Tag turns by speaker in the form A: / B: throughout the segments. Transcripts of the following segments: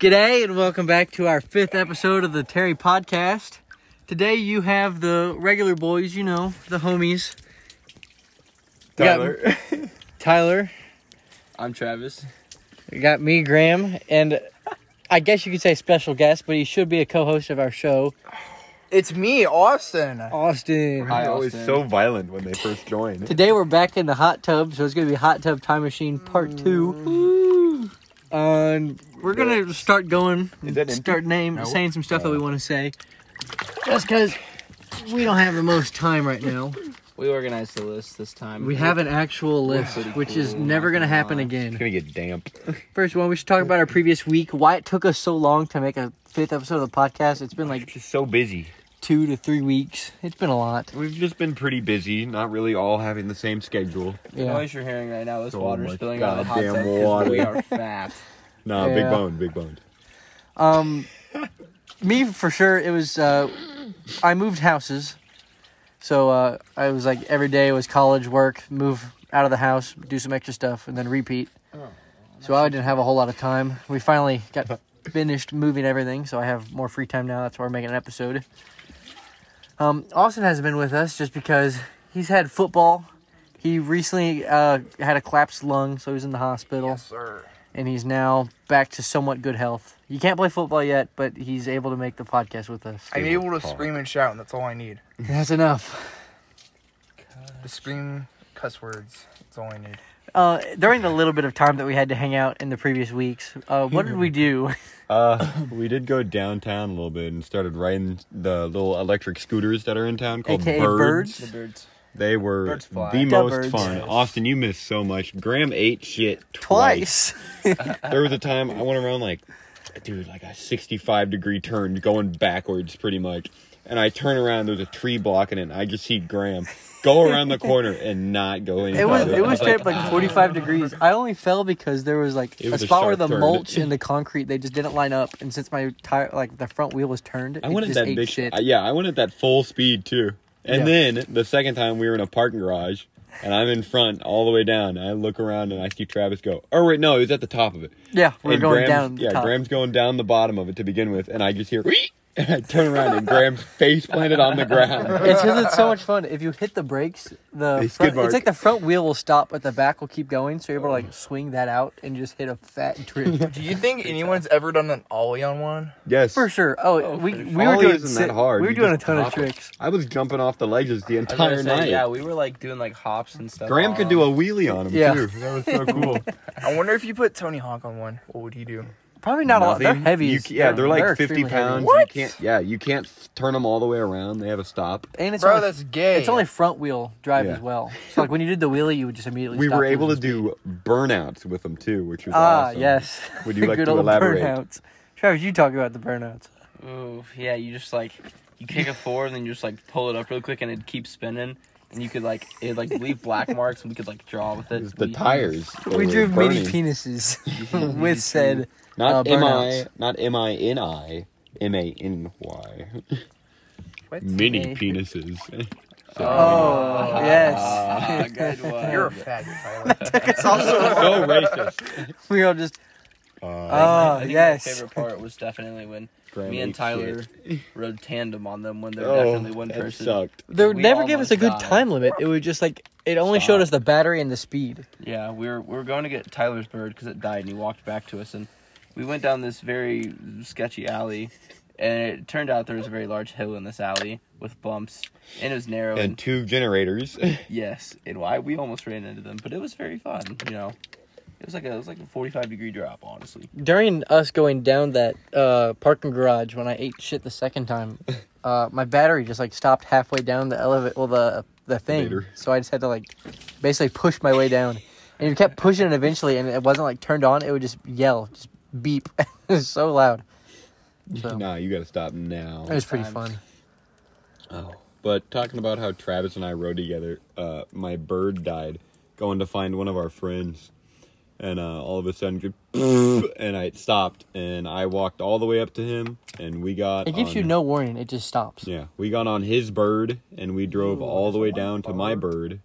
A: G'day and welcome back to our fifth episode of the Terry Podcast. Today you have the regular boys, you know, the homies, We got-
B: Tyler.
A: Tyler,
C: I'm Travis.
A: you got me, Graham, and I guess you could say special guest, but he should be a co-host of our show,
D: It's me, Austin.
A: Austin.
C: Hi,
B: They're always
C: Austin.
B: so violent when they first join.
A: Today we're back in the hot tub, so it's gonna be Hot Tub Time Machine Part Two. And we're gonna start going,
B: Is that empty?
A: start name,
D: No.
A: saying some stuff that we want to say, just because we don't have the most time right now.
C: We organized the list this time.
A: We have an actual list,
C: pretty
A: which is
C: cool,
A: never
C: not
A: gonna
C: gonna
A: happen
C: lie.
B: It's
A: again.
B: gonna get damp.
A: First one, we should talk about our previous week. Why it took us so long to make a fifth episode of the podcast? It's been like
B: It's just so busy.
A: two to three weeks. It's been a lot.
B: We've just been pretty busy, not really all having the same schedule.
C: The
A: Yeah.
C: noise you're hearing right now is
B: Oh
C: water
B: my
C: spilling out of the hot
B: goddamn
C: tub 'cause
B: water.
C: we are fat.
B: Nah,
A: Yeah.
B: big bone, big bone.
A: Um, me for sure. It was uh, I moved houses, so uh, I was like every day was college, work, move out of the house, do some extra stuff, and then repeat. So I didn't have a whole lot of time. We finally got finished moving everything, so I have more free time now. That's why we're making an episode. Um, Austin hasn't been with us just because he's had football. He recently uh, had a collapsed lung, so he was in the hospital
D: sir.
A: and he's now back to somewhat good health. You can't play football yet, but he's able to make the podcast with us.
D: I'm able to
B: Paul.
D: scream and shout, and that's all I need.
A: That's enough.
D: To scream cuss words, that's all I need.
A: Uh, during the little bit of time that we had to hang out in the previous weeks, uh, what did we do?
B: Uh, we did go downtown a little bit and started riding the little electric scooters that are in town called
A: AKA
B: birds.
C: The birds.
B: They were
C: Birds fly.
B: the
C: The
B: most
A: birds.
B: fun. Austin, you missed so much. Graham ate shit twice.
A: Twice.
B: there was a time I went around like, dude, like a 65 degree turn going backwards pretty much. And I turn around, there's a tree blocking it, and I just see Graham go around the corner and not go in.
A: It was it was straight up like 45 degrees. I only fell because there was like
B: It
A: a
B: was a
A: spot where the
B: sharp turn.
A: mulch and the concrete they just didn't line up, and since my tire like the front wheel was turned,
B: I
A: it
B: went at
A: just
B: that
A: ate
B: big
A: shit.
B: shit. Yeah, I went at that full speed too. And
A: Yeah.
B: then the second time we were in a parking garage, and I'm in front all the way down. And I look around and I see Travis go. Oh wait, no, he was at the top of it.
A: yeah, we we're
B: And
A: going
B: Graham's-
A: down. The
B: yeah,
A: top.
B: Graham's going down the bottom of it to begin with, and I just hear. "Whee!" And I turn around and Graham's face planted on the ground.
A: It's because it's so much fun. If you hit the brakes, the
B: They
A: front,
B: skid mark. Oh.
A: it's like the front wheel will stop, but the back will keep going. So you're able to like swing that out and just hit a fat drift
D: Do you think anyone's ever done an ollie on one?
B: Yes.
A: for sure. Oh, we we were
B: Ollie
A: doing
B: isn't
A: si-
B: that hard.
A: We were
B: You
A: doing a
B: just
A: ton of
B: hop it.
A: tricks.
B: I was jumping off the ledges the
C: I was gonna
B: entire
C: say,
B: night.
C: Yeah, we were like doing like hops and stuff.
B: Graham could do a wheelie on him
A: Yeah.
B: too. That was so cool.
D: I wonder if you put Tony Hawk on one, what would he do?
A: Probably not a lot. They're
B: Nothing.
A: heavy.
B: You
A: as-
B: ca- yeah, they're like fifty
A: extremely heavy.
B: pounds.
D: What?
B: You can't, yeah, you can't f- turn them all the way around. They have a stop.
A: And it's
D: Bro,
A: only,
D: that's gay.
A: it's only front wheel drive
B: Yeah.
A: as well. So like when you did the wheelie, you would just immediately.
B: We
A: stop
B: were able to
A: losing speed.
B: do burnouts with them too, which was
A: Ah
B: awesome.
A: yes.
B: Would you like
A: Good
B: to
A: old
B: elaborate?
A: Burnouts. Travis, you talk about the burnouts.
C: a. Ooh, yeah. You just like you kick it forward, and then you just like pull it up real quick, and it keeps spinning. And you could like it like leave black marks, and we could like draw with
B: It was
C: it.
B: the
C: We-
B: tires. that
A: We
B: were
A: drew mini
B: burning.
A: penises with said.
B: Not
A: uh,
B: M I,
A: burnouts.
B: not M I N I, M A N Y.
D: What?
B: Mini
A: Okay.
B: penises.
A: Oh yes.
C: Ah, good one.
D: You're a faggot, Tyler.
A: It's also
B: so racist.
A: we all just
B: Uh,
A: oh
C: I think My
A: yes.
C: favorite part was definitely when
B: Graham
C: me and
B: ate
C: Tyler
B: shit.
C: rode tandem on them when they're
B: Oh,
C: definitely one
B: that
C: person.
B: sucked.
A: They
C: We
A: never gave us
C: almost
A: a good
C: died.
A: time limit. It was just like it only showed us the battery and the speed.
C: Yeah, we were we were going to get Tyler's bird because it died, and he walked back to us, and we went down this very sketchy alley, and it turned out there was a very large hill in this alley with bumps, and it was narrow.
B: And
C: And,
B: two generators.
C: yes, and why we almost ran into them, but it was very fun. You know, it was like a it was like a forty five degree drop, honestly.
A: During us going down that uh, parking garage when I ate shit the second time, uh, my battery just like stopped halfway down the elevator, well the the thing.
B: Elevator.
A: So I just had to like basically push my way down, and you kept pushing it eventually, and it wasn't like turned on. It would just yell, just beep. it was so loud. So
B: nah, you gotta stop now.
A: it was pretty
C: times.
A: fun.
B: Oh. But talking about how Travis and I rode together, uh, my bird died going to find one of our friends. And uh, all of a sudden, and I stopped, and I walked all the way up to him, and we got.
A: It gives
B: on-
A: you no warning. It just stops.
B: Oh, Yeah, we got on his bird, and we drove all the way down to my bird,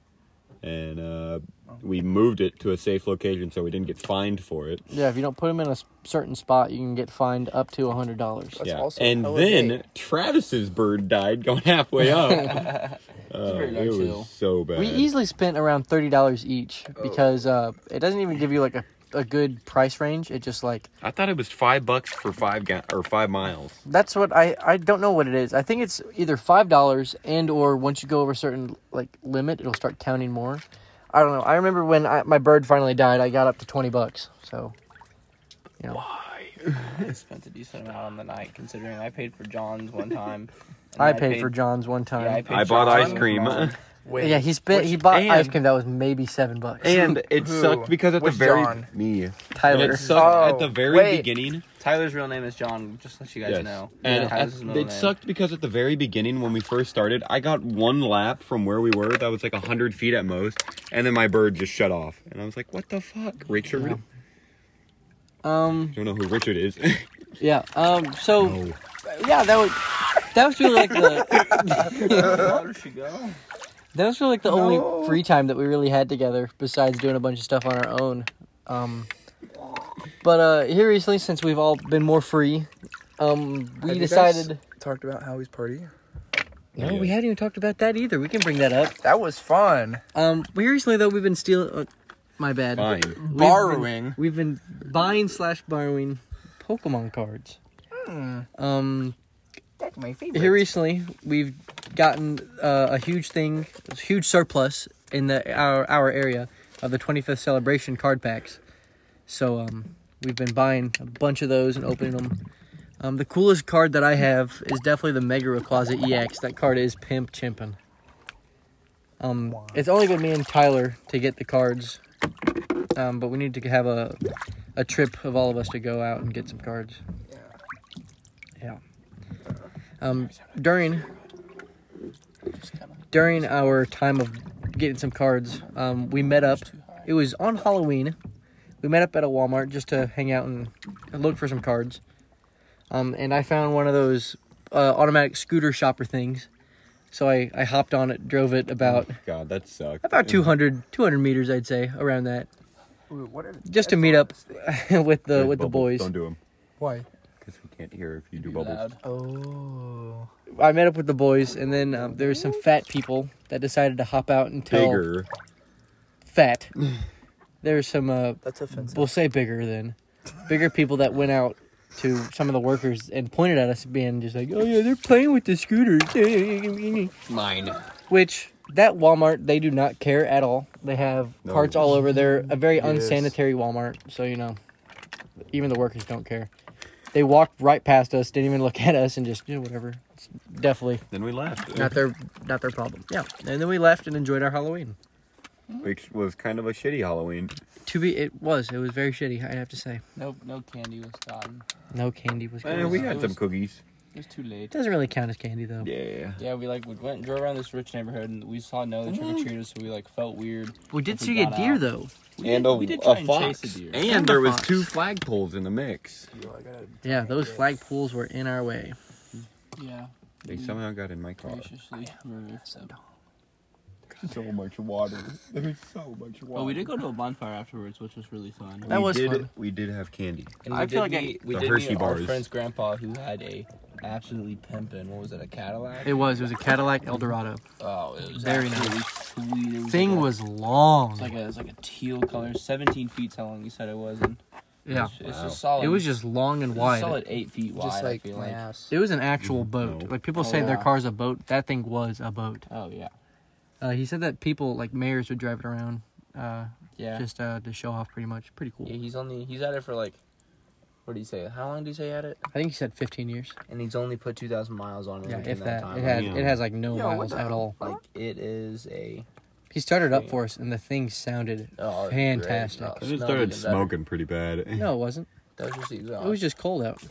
B: and uh, we moved it to a safe location so we didn't get fined for it.
A: Yeah, if you don't put them in a s- certain spot, you can get fined up to hundred dollars.
D: That's
B: yeah,
D: also
B: and
D: hella
B: then
D: big.
B: Travis's bird died going halfway up. Uh,
C: very
B: it
C: large
B: was
C: hill.
B: so bad. Oh.
A: We easily spent around thirty dollars each because uh, it doesn't even give you like a, a good price range. It just like
B: I thought it was five bucks for five ga- or five miles.
A: that's what I I don't know what it is. I think it's either five dollars and or once you go over a certain like limit, it'll start counting more. I don't know. I remember when I, my bird finally died, I got up to twenty bucks. So
C: I spent a decent amount on the night, considering I paid for John's one time. and
A: I, paid, for John's one time. Yeah,
C: I paid
B: I bought
C: John's
B: ice cream.
C: mine.
D: Wait.
A: he spent he bought
B: and-
A: ice cream that was maybe seven bucks.
B: And it
D: Who?
B: sucked because at
D: Which
B: the very
D: John?
B: me. And
A: Tyler.
B: it sucked
D: Oh,
B: at the very
D: wait.
B: beginning.
C: Tyler's real name is John, just to let you guys
B: Yes.
C: know.
B: And
C: Yeah. Tyler's his
B: at,
C: middle
B: it
C: name.
B: sucked because at the very beginning when we first started, I got one lap from where we were that was like hundred feet at most, and then my bird just shut off, and I was like, "What the fuck, Richard?"
A: Yeah. Um.
B: You don't know who Richard is.
A: Yeah. Um. So
B: No.
A: yeah, that was that was really like the
C: Where did she go?
A: That was really like the only free time that we really had together, besides doing a bunch of stuff on our own. Um, but uh, here recently, since we've all been more free, um,
D: Have
A: we
D: you guys
A: decided.
D: talked about Howie's party.
A: No, we hadn't even talked about that either. We can bring that up.
D: That was fun.
A: Um, we recently though we've been stealing. Uh, my bad.
B: Fine.
A: We've been-
D: Borrowing.
A: We've been, buying slash borrowing Pokemon cards. Um,
D: That's my favorite.
A: here recently we've gotten uh, a huge thing a huge surplus in the our, our area of the 25th celebration card packs so um, we've been buying a bunch of those and opening them um, the coolest card that i have is definitely the mega Rayquaza ex that card is pimp chimpin um, it's only been me and tyler to get the cards um, but we need to have a, a trip of all of us to go out and get some cards yeah um, during during our time of getting some cards, um, we met up. It was on Halloween. We met up at a Walmart just to hang out and look for some cards. Um, and I found one of those uh, automatic scooter shopper things. So I, I hopped on it, drove it about
B: God, that sucked.
A: about 200, 200 meters, I'd say, around that,
D: Ooh, what are the-
A: just to meet up with the with the
B: Bubbles,
A: boys.
B: Don't do them
D: Why?
B: because we can't hear if you do
C: Too
B: bubbles.
C: loud.
D: Oh.
A: I met up with the boys, and then um, there was some fat people that decided to hop out and tell
B: Bigger.
A: fat. There's some uh
D: That's offensive.
A: we'll say bigger then. Bigger people that went out to some of the workers and pointed at us being just like, Oh yeah, they're playing with the scooters.
B: Mine.
A: Which that Walmart they do not care at all. They have
B: No.
A: carts all over. They're a very
B: Yes.
A: unsanitary Walmart, so you know. Even the workers don't care. They walked right past us, didn't even look at us and just, you know, whatever. It's definitely
B: Then we left,
A: not their not their problem. Yeah. And then we left and enjoyed our Halloween.
B: which was kind of a shitty Halloween.
A: To be it was. It was very shitty, I have to say.
C: No, no candy was gotten.
A: No candy was.
B: Eh,
A: good.
B: we
A: it
B: had some cookies.
C: It was too late.
A: doesn't really count as candy though.
B: Yeah.
C: Yeah, we like we went and drove around this rich neighborhood and we saw no other trick or
A: Mm.
C: treaters, so we like felt weird.
A: We did
C: If we
A: see a
C: got
A: deer
C: out.
A: though.
C: We
B: and
C: did,
B: a,
C: we did
B: a
C: try and
B: fox.
C: chase a deer.
B: And,
A: And
B: there
A: a
B: was
A: fox.
B: two flagpoles in the mix.
A: Yeah, those flagpoles were in our way.
C: Yeah,
B: They somehow got in my car.
C: graciously removed them.
B: So much water. There was so much water.
C: Well, Oh, we did go to a bonfire afterwards, which was really fun.
A: That was
B: did,
A: fun.
B: We did have candy.
C: And
A: I
C: we
A: feel
C: did
A: like I-
C: meet, we
B: The
C: did
B: Hershey
C: meet
B: bars.
C: our friend's grandpa who had a absolutely pimpin'. What was it? A Cadillac?
A: It was. It was a Cadillac Eldorado.
C: oh, it was
A: very
C: absolutely Sweet. It was
A: Thing
C: like
A: was
C: a,
A: long.
C: it was like a it was like a teal color, 17 feet. How long you said it was? And
A: yeah,
C: it's, it's
B: Wow.
C: just solid.
A: it was just long and
C: it's a
A: wide.
C: solid eight feet wide.
D: Just like
C: I feel
D: my
C: like.
D: ass.
A: It was an actual boat.
B: No.
A: Like people
C: Oh,
A: say their
C: yeah.
A: car's a boat. That thing was a boat.
C: Oh yeah,
A: Uh, he said that people like mayors would drive it around, uh,
C: yeah.
A: just uh, to show off. Pretty much. Pretty cool.
C: Yeah, he's only he's at it for like what do you say? How long do you say he had it?
A: I think he said 15 years.
C: And he's only put two thousand miles on it
A: Yeah,
C: within
A: if that.
C: time.
A: It had.
B: Yeah.
A: It has like no
D: Yo, what
A: miles
D: the
A: at all.
C: like it is a
A: He started up
C: Yeah.
A: for us, and the thing sounded.
C: oh, it's
A: Fantastic.
C: great. Oh,
B: I just
C: smelled
B: started
C: even better.
B: smoking pretty bad.
A: No, it wasn't.
C: That was just exhaust.
A: It was just cold out.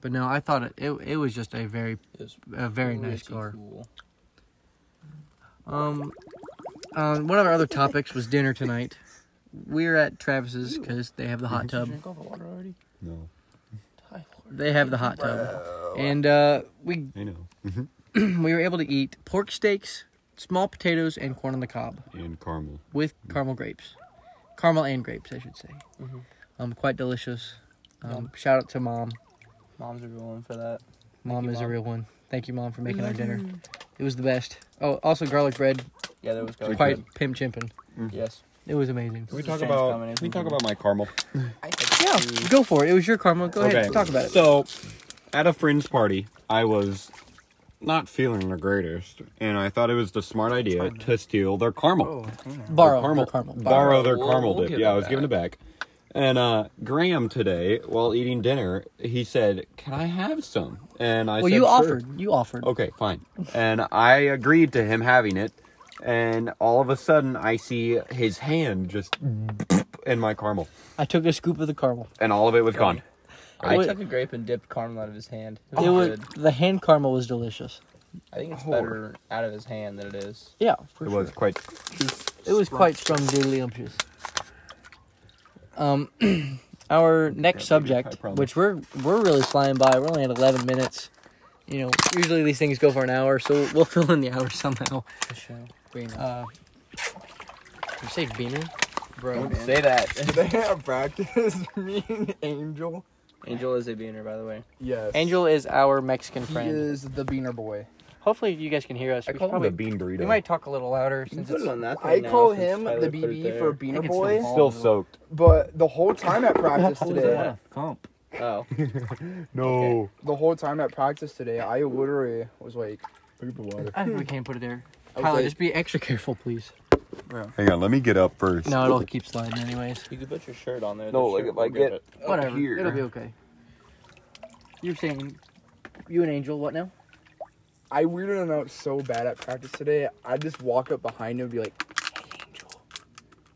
A: But no, I thought it, it, it was just a very
C: It was
A: a very nice
C: pretty
A: car.
C: cool.
A: Um, um, one of our other topics was dinner tonight. We're at Travis's because they have the hot tub.
C: Drink all the water already.
B: No.
C: Tyler.
A: They have the hot tub, and uh, we
B: I know.
A: we were able to eat pork steaks, small potatoes and corn on the cob
B: and caramel.
A: with caramel grapes, caramel and grapes, I should say.
C: Mhm.
A: Um, quite delicious. Um, shout out to mom.
C: Mom's are rolling for that.
A: Mom
C: you,
A: is
C: Mom.
A: a real one. Thank you, mom, for making our dinner. It was the best. Oh, also garlic bread.
C: Yeah, there was garlic
A: Quite pimp chimpin'.
C: bread. Yes.
A: It was amazing.
B: Can we
C: This is
B: talk
C: James
B: about?
C: Dominic.
B: Can we talk about my caramel?
A: Yeah, go for it. It was your karma. Go ahead, talk about it.
B: So, at a friend's party, I was not feeling the greatest, and I thought it was the smart idea to steal their caramel.
A: Borrow caramel.
B: Their caramel.
A: caramel.
B: Borrow their
E: We'll-
B: caramel
E: we'll
B: dip.
E: give
B: Yeah,
E: it
B: I was giving it back. And uh, Graham today, while eating dinner, he said, "Can I have some?" And I
A: Well,
B: said,
A: you
B: "Sure."
A: offered. You offered.
B: Okay, fine. And I agreed to him having it, and all of a sudden I see his hand just in my caramel,
A: I took a scoop of the caramel.
B: and all of it was gone.
C: I
A: It-
C: took a grape and dipped caramel out of his hand. It
B: Oh,
A: It
C: was
A: was
C: good.
A: the hand caramel was delicious.
C: I think it's better out of his hand than it is.
A: Yeah, for
B: It
A: sure.
B: was quite.
A: It was quite strong, umptious. Um, our next subject,
B: problem.
A: which we're we're really flying by. We're only at eleven minutes. You know, usually these things go for an hour, so we'll fill in the hour somehow.
C: The show.
A: Uh, you say beaner?
D: Bro,
C: Don't
D: man.
C: say that.
D: Today I practiced me and Angel.
C: Angel is a beaner, by the way.
D: Yes.
A: Angel is our Mexican
D: He
A: friend.
D: is the beaner boy.
A: Hopefully, you guys can hear us.
B: I
A: should
B: call him
A: probably-
B: a bean burrito.
A: we might talk a little louder since it's
C: on that
D: I call him the BB for beaner
A: it's
D: boy,
A: the
B: Still soaked.
D: but the whole time at practice today,
E: What a thump.
C: Oh,
B: No.
D: the whole time at practice today, I literally was like, look at the water.
A: I think we can put it there.
D: I was
A: Tyler,
D: like-
A: just be extra careful, please.
B: Hang on, let me get up first.
A: No, it'll keep sliding anyways.
C: you could put your shirt on there.
B: No, like,
C: The shirt
B: if I
C: will grip
B: get-
C: it.
A: Whatever.
B: here.
A: It'll be okay. You're saying you and Angel, what now?
D: I weirded him out so bad at practice today. I just walk up behind him and be like, Hey Angel,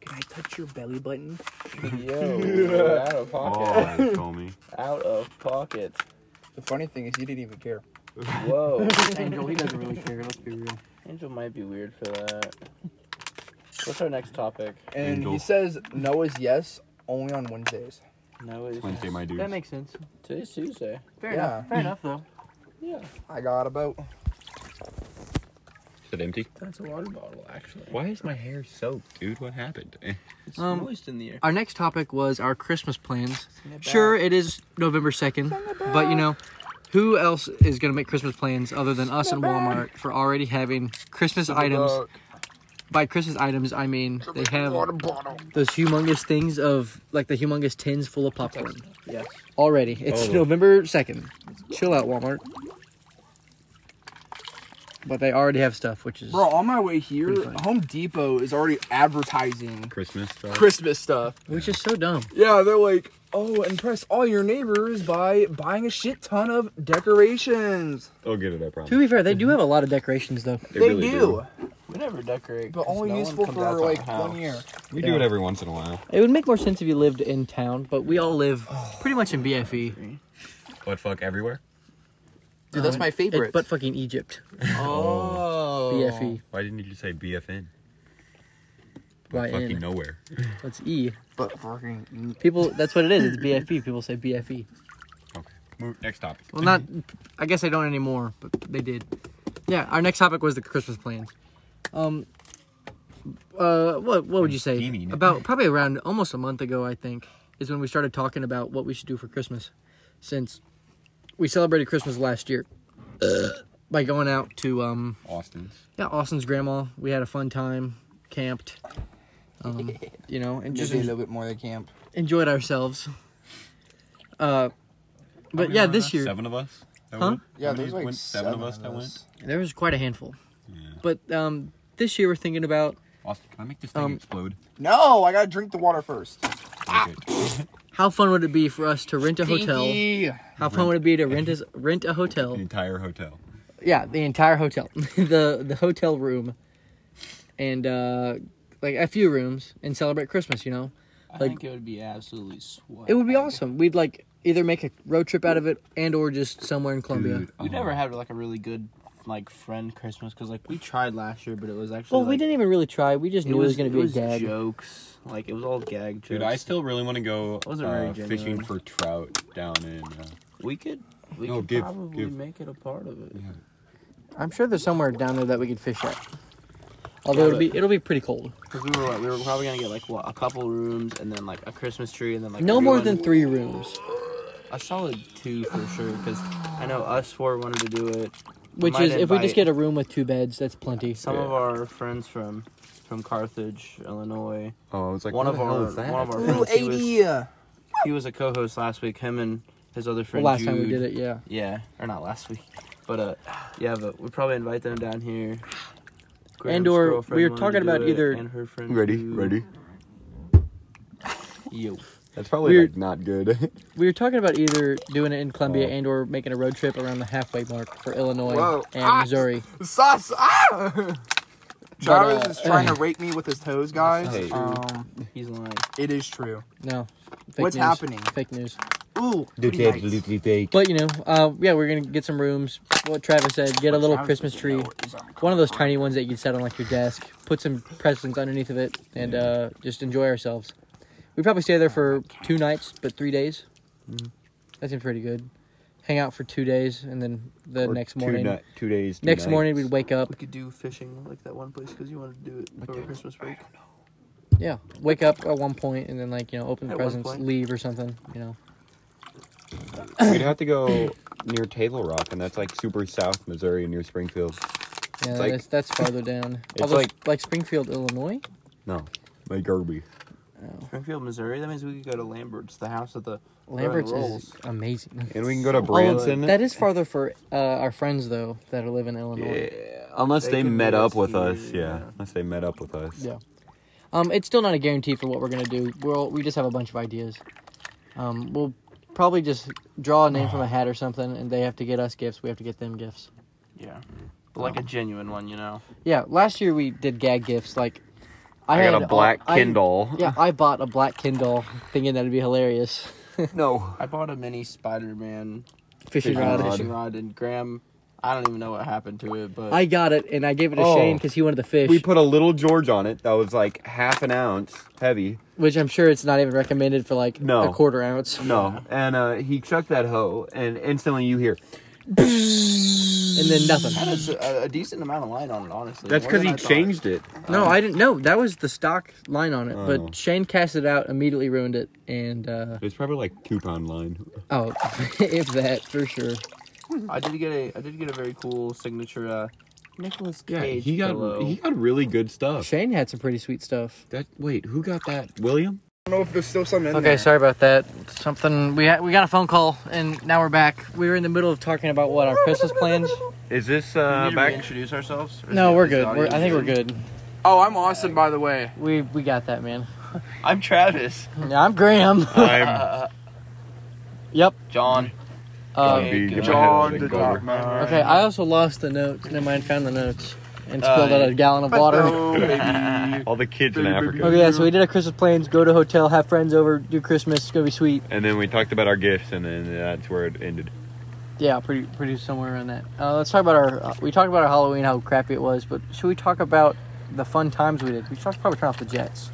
D: can I touch your belly button?
C: Yo, you're out of pocket.
B: Oh, you told me.
C: Out of pocket.
D: The funny thing is, he didn't even care.
C: Whoa.
A: Angel, he doesn't really care. Let's be real.
C: Angel might be weird for that. What's our next topic?
D: And
B: Angel.
D: he says no is yes only on Wednesdays.
C: No, it's
B: Wednesday, my dude.
A: That makes sense.
C: today's Tuesday.
A: Fair
D: Yeah.
A: enough. Fair enough, though.
C: Yeah,
D: I got about.
B: Is it empty?
C: that's a water bottle actually.
B: Why is my hair soaked, dude? What happened?
C: It's
A: Um,
C: moist in the air.
A: Our next topic was our Christmas plans. Sure, it is November 2nd, but you know, who else is going to make Christmas plans other than us and Walmart for already having Christmas items? By Christmas items, I mean they have those humongous things of like the humongous tins full of popcorn.
C: Yes.
A: Already. It's
B: Oh.
A: November 2nd. Chill out, Walmart. But they already have stuff, which is.
D: Bro, on my way here,
A: Pretty funny.
D: Home Depot is already advertising
B: Christmas. stuff?
D: Christmas stuff.
A: Which is so dumb.
D: Yeah, they're like, oh, impress all your neighbors by buying a shit ton of decorations.
B: Oh, get it. I promise.
A: To be fair, they do have a lot of decorations, though.
D: They,
B: really
D: do,
C: We never decorate,
D: but
C: 'cause
D: only
C: no one
D: useful
C: comes
D: for
C: out to our
D: like
C: house.
D: one year.
B: We
A: Yeah.
B: do it every once in a while.
A: It would make more sense if you lived in town, but we all live pretty much in E. BFE.
B: What fuck everywhere?
D: Dude, that's my favorite.
A: Uh, But fucking Egypt. E,
D: oh,
A: BFE.
B: Why didn't you just say BFN?
A: Why
B: Fucking
A: in?
B: nowhere.
A: That's E.
D: But fucking
A: People, that's what it is. It's BFE. People say E. BFE.
B: Okay. Move, next topic.
A: Well, not. I guess they don't anymore, but they did. Yeah, our next topic was the Christmas plans. Um, uh, what what would you say
B: Gaming.
A: about probably around almost a month ago? I think is when we started talking about what we should do for Christmas, since we celebrated Christmas last year by going out to um
B: Austin's.
A: yeah Austin's grandma. We had a fun time, camped, um, you know, and just
D: just a little bit more than camp.
A: enjoyed ourselves. Uh, but yeah, this year
B: Seven of us. that
A: Huh?
B: went?
D: Yeah,
B: How many
D: there's like
B: went?
D: seven,
B: of us that went.
A: there was quite a handful.
B: Yeah.
A: But um, this year we're thinking about
B: Austin, can I make this thing
A: Um,
B: explode?
D: No, I gotta drink the water first.
B: Okay.
A: how fun would it be for us to rent a hotel? How fun would it be to rent a, rent a
B: The
A: hotel?
B: entire hotel.
A: Yeah, the entire hotel, the the hotel room, and uh, like a few rooms, and celebrate Christmas. You know,
C: I
A: Like-
C: think it would be absolutely swag.
A: it would be awesome. We'd like either make a road trip out of it, and or just somewhere in Colombia.
B: Dude,
C: We
B: oh.
C: never had like a really good like friend Christmas because like we tried last year, but it was actually
A: Well, we
C: like,
A: didn't even really try. We just
C: It
A: knew
C: was,
A: it was going
C: it
A: to be
C: was
A: a gag.
C: jokes. Like it was all gag jokes.
B: Dude, I still really want to go
C: Wasn't very
B: uh, fishing
C: genuine.
B: for trout down in. Uh,
C: we could we
B: No,
C: could
B: give-
C: probably
B: give.
C: make it a part of it.
A: I'm sure there's somewhere down there that we could fish at. Although
C: Yeah,
A: it'll
C: but-
A: be it'll be pretty cold.
C: Because we were we were probably gonna get like what a couple rooms and then like a Christmas tree and then like
A: No more
C: everyone-
A: than three rooms,
C: a solid two for sure. Because I know us four wanted to do it.
A: which
C: might
A: is if we just
C: invite
A: get a room with two beds, that's plenty.
C: some of
B: Yeah.
C: our friends from from Carthage, Illinois.
B: Oh, it's like
C: one
B: what
C: of
B: the hell
C: our
B: is that?
C: one of our
D: Ooh,
C: friends. He was,
D: 80.
C: he was a co-host last week. Him and his other
A: Well,
C: friend.
A: last time we
C: Jude.
A: did it, yeah.
C: Yeah, or not last week, but uh, yeah, but we probably invite them down here.
A: And or
C: girlfriend
A: we were
C: wanted
A: talking
C: to do
A: about
C: it,
A: either-
C: and her friend
B: Ready,
C: Jude.
B: ready.
C: Yo.
B: That's probably
A: We're-
B: like not good.
A: We were talking about either doing it in Columbia
B: Oh.
A: and or making a road trip around the halfway mark for Illinois
D: Whoa.
A: and
D: Ah.
A: Missouri.
D: Sauce. Ah! Jarvis
A: uh,
D: is trying to rape me with his toes, guys.
B: That's not
D: Um,
C: He's lying.
D: it is true.
A: No. Fake
D: What's
A: news.
D: happening?
A: Fake news.
D: Ooh, booty nights.
B: fake.
A: But you know, uh, yeah, we're gonna get some rooms. What Travis said, get a little
D: Travis
A: Christmas
D: doesn't know
A: tree,
D: what he's on.
A: one of those tiny ones that you can set on like your desk. Put some presents underneath of it, and uh, just enjoy ourselves. We probably stay there for two nights, but three days.
B: Mm-hmm.
A: That seems pretty good. Hang out for two days, and then the next morning.
B: two, ni- two days. two
A: next morning
B: nights.
A: we'd wake up.
C: We could do fishing like that one place because you wanted to do it over Christmas break.
A: Yeah, wake up at one point, and then like you know, open the
C: At one
A: presents,
C: point.
A: leave or something. You know.
B: We'd have to go near Table Rock, and that's like super south Missouri near Springfield.
A: Yeah,
B: It's like-
A: that's that's farther down.
B: It's
A: Although,
B: like-
A: like Springfield, Illinois.
B: No, like Irby.
C: Springfield, Missouri. That means we could go to Lambert's, the house of the
A: Lambert's
C: rolls.
A: is amazing.
B: And we can go to
A: Oh,
B: Branson.
A: that is farther for uh, our friends though that live in Illinois.
B: Yeah, unless
C: They
B: they,
C: could meet
B: met
C: us
B: up with
C: here,
B: us. Yeah.
C: yeah.
B: unless they met up with us.
A: Yeah. Um, it's still not a guarantee for what we're gonna do. We'll we just have a bunch of ideas. Um, we'll probably just draw a name from a hat or something, and they have to get us gifts. We have to get them gifts.
C: Yeah, but like a genuine one, you know.
A: Yeah, last year we did gag gifts. Like,
B: I,
A: had
B: got a
A: all-
B: black
A: I-
B: Kindle.
A: yeah, I bought a black Kindle, thinking that'd be hilarious.
B: no.
C: I bought a mini Spider-Man
A: Fishing
B: Fishing
A: rod.
B: rod.
C: fishing rod, and Graham. I don't even know what happened to it, but
A: I got it, and I gave it to
B: Oh.
A: Shane because he wanted the fish,
B: We put a little George on it that was like half an ounce heavy.
A: which I'm sure it's not even recommended for like
B: No.
A: a quarter ounce.
B: No, and uh, he chucked that hoe, and instantly you hear.
A: and then nothing.
C: had a s- a, a decent amount of light on it, honestly.
B: That's
C: more
B: because
C: than
B: he
C: I thought.
B: changed it.
A: No, I didn't. No, that was the stock line on it.
B: Oh.
A: But Shane cast it out, immediately ruined it, and uh,
B: It's probably like two pound line.
A: oh, if that for sure.
C: I did get a I did get a very cool signature uh, Nicholas Cage
B: he got
C: pillow.
B: he got really good stuff.
A: Shane had some pretty sweet stuff.
B: That wait, who got that? William?
D: I don't know if there's still some in
A: Okay,
D: there.
A: sorry about that. Something we ha- we got a phone call, and now we're back. We were in the middle of talking about what our Christmas plans.
B: Is this
C: Do we
B: uh
C: need to
B: back?
C: reintroduce ourselves? Or is
A: No,
C: it-
A: we're
C: is the
A: good. We're, I
C: audio
A: think we're good.
D: Oh, I'm Austin, by the way.
A: We we got that, man.
C: I'm Travis.
A: Yeah, I'm Graham.
B: I'm
A: yep.
C: John.
A: Uh,
B: Hey, give my
D: John
B: head a
D: the
B: lick over.
D: Dark Man.
A: okay, I also lost the notes. Never mind, found the notes and spilled
C: Uh,
A: out a gallon of water.
C: Oh,
D: Hello, baby.
B: All the kids in
D: Baby, baby.
B: Africa.
A: Okay, yeah, so we did our Christmas plans, go to a hotel, have friends over, do Christmas, it's gonna be sweet.
B: And then we talked about our gifts, and then that's where it ended.
A: Yeah, pretty pretty somewhere around that. Uh, let's talk about our. Uh, we talked about our Halloween, how crappy it was, but should we talk about the fun times we did? We should probably turn off the jets.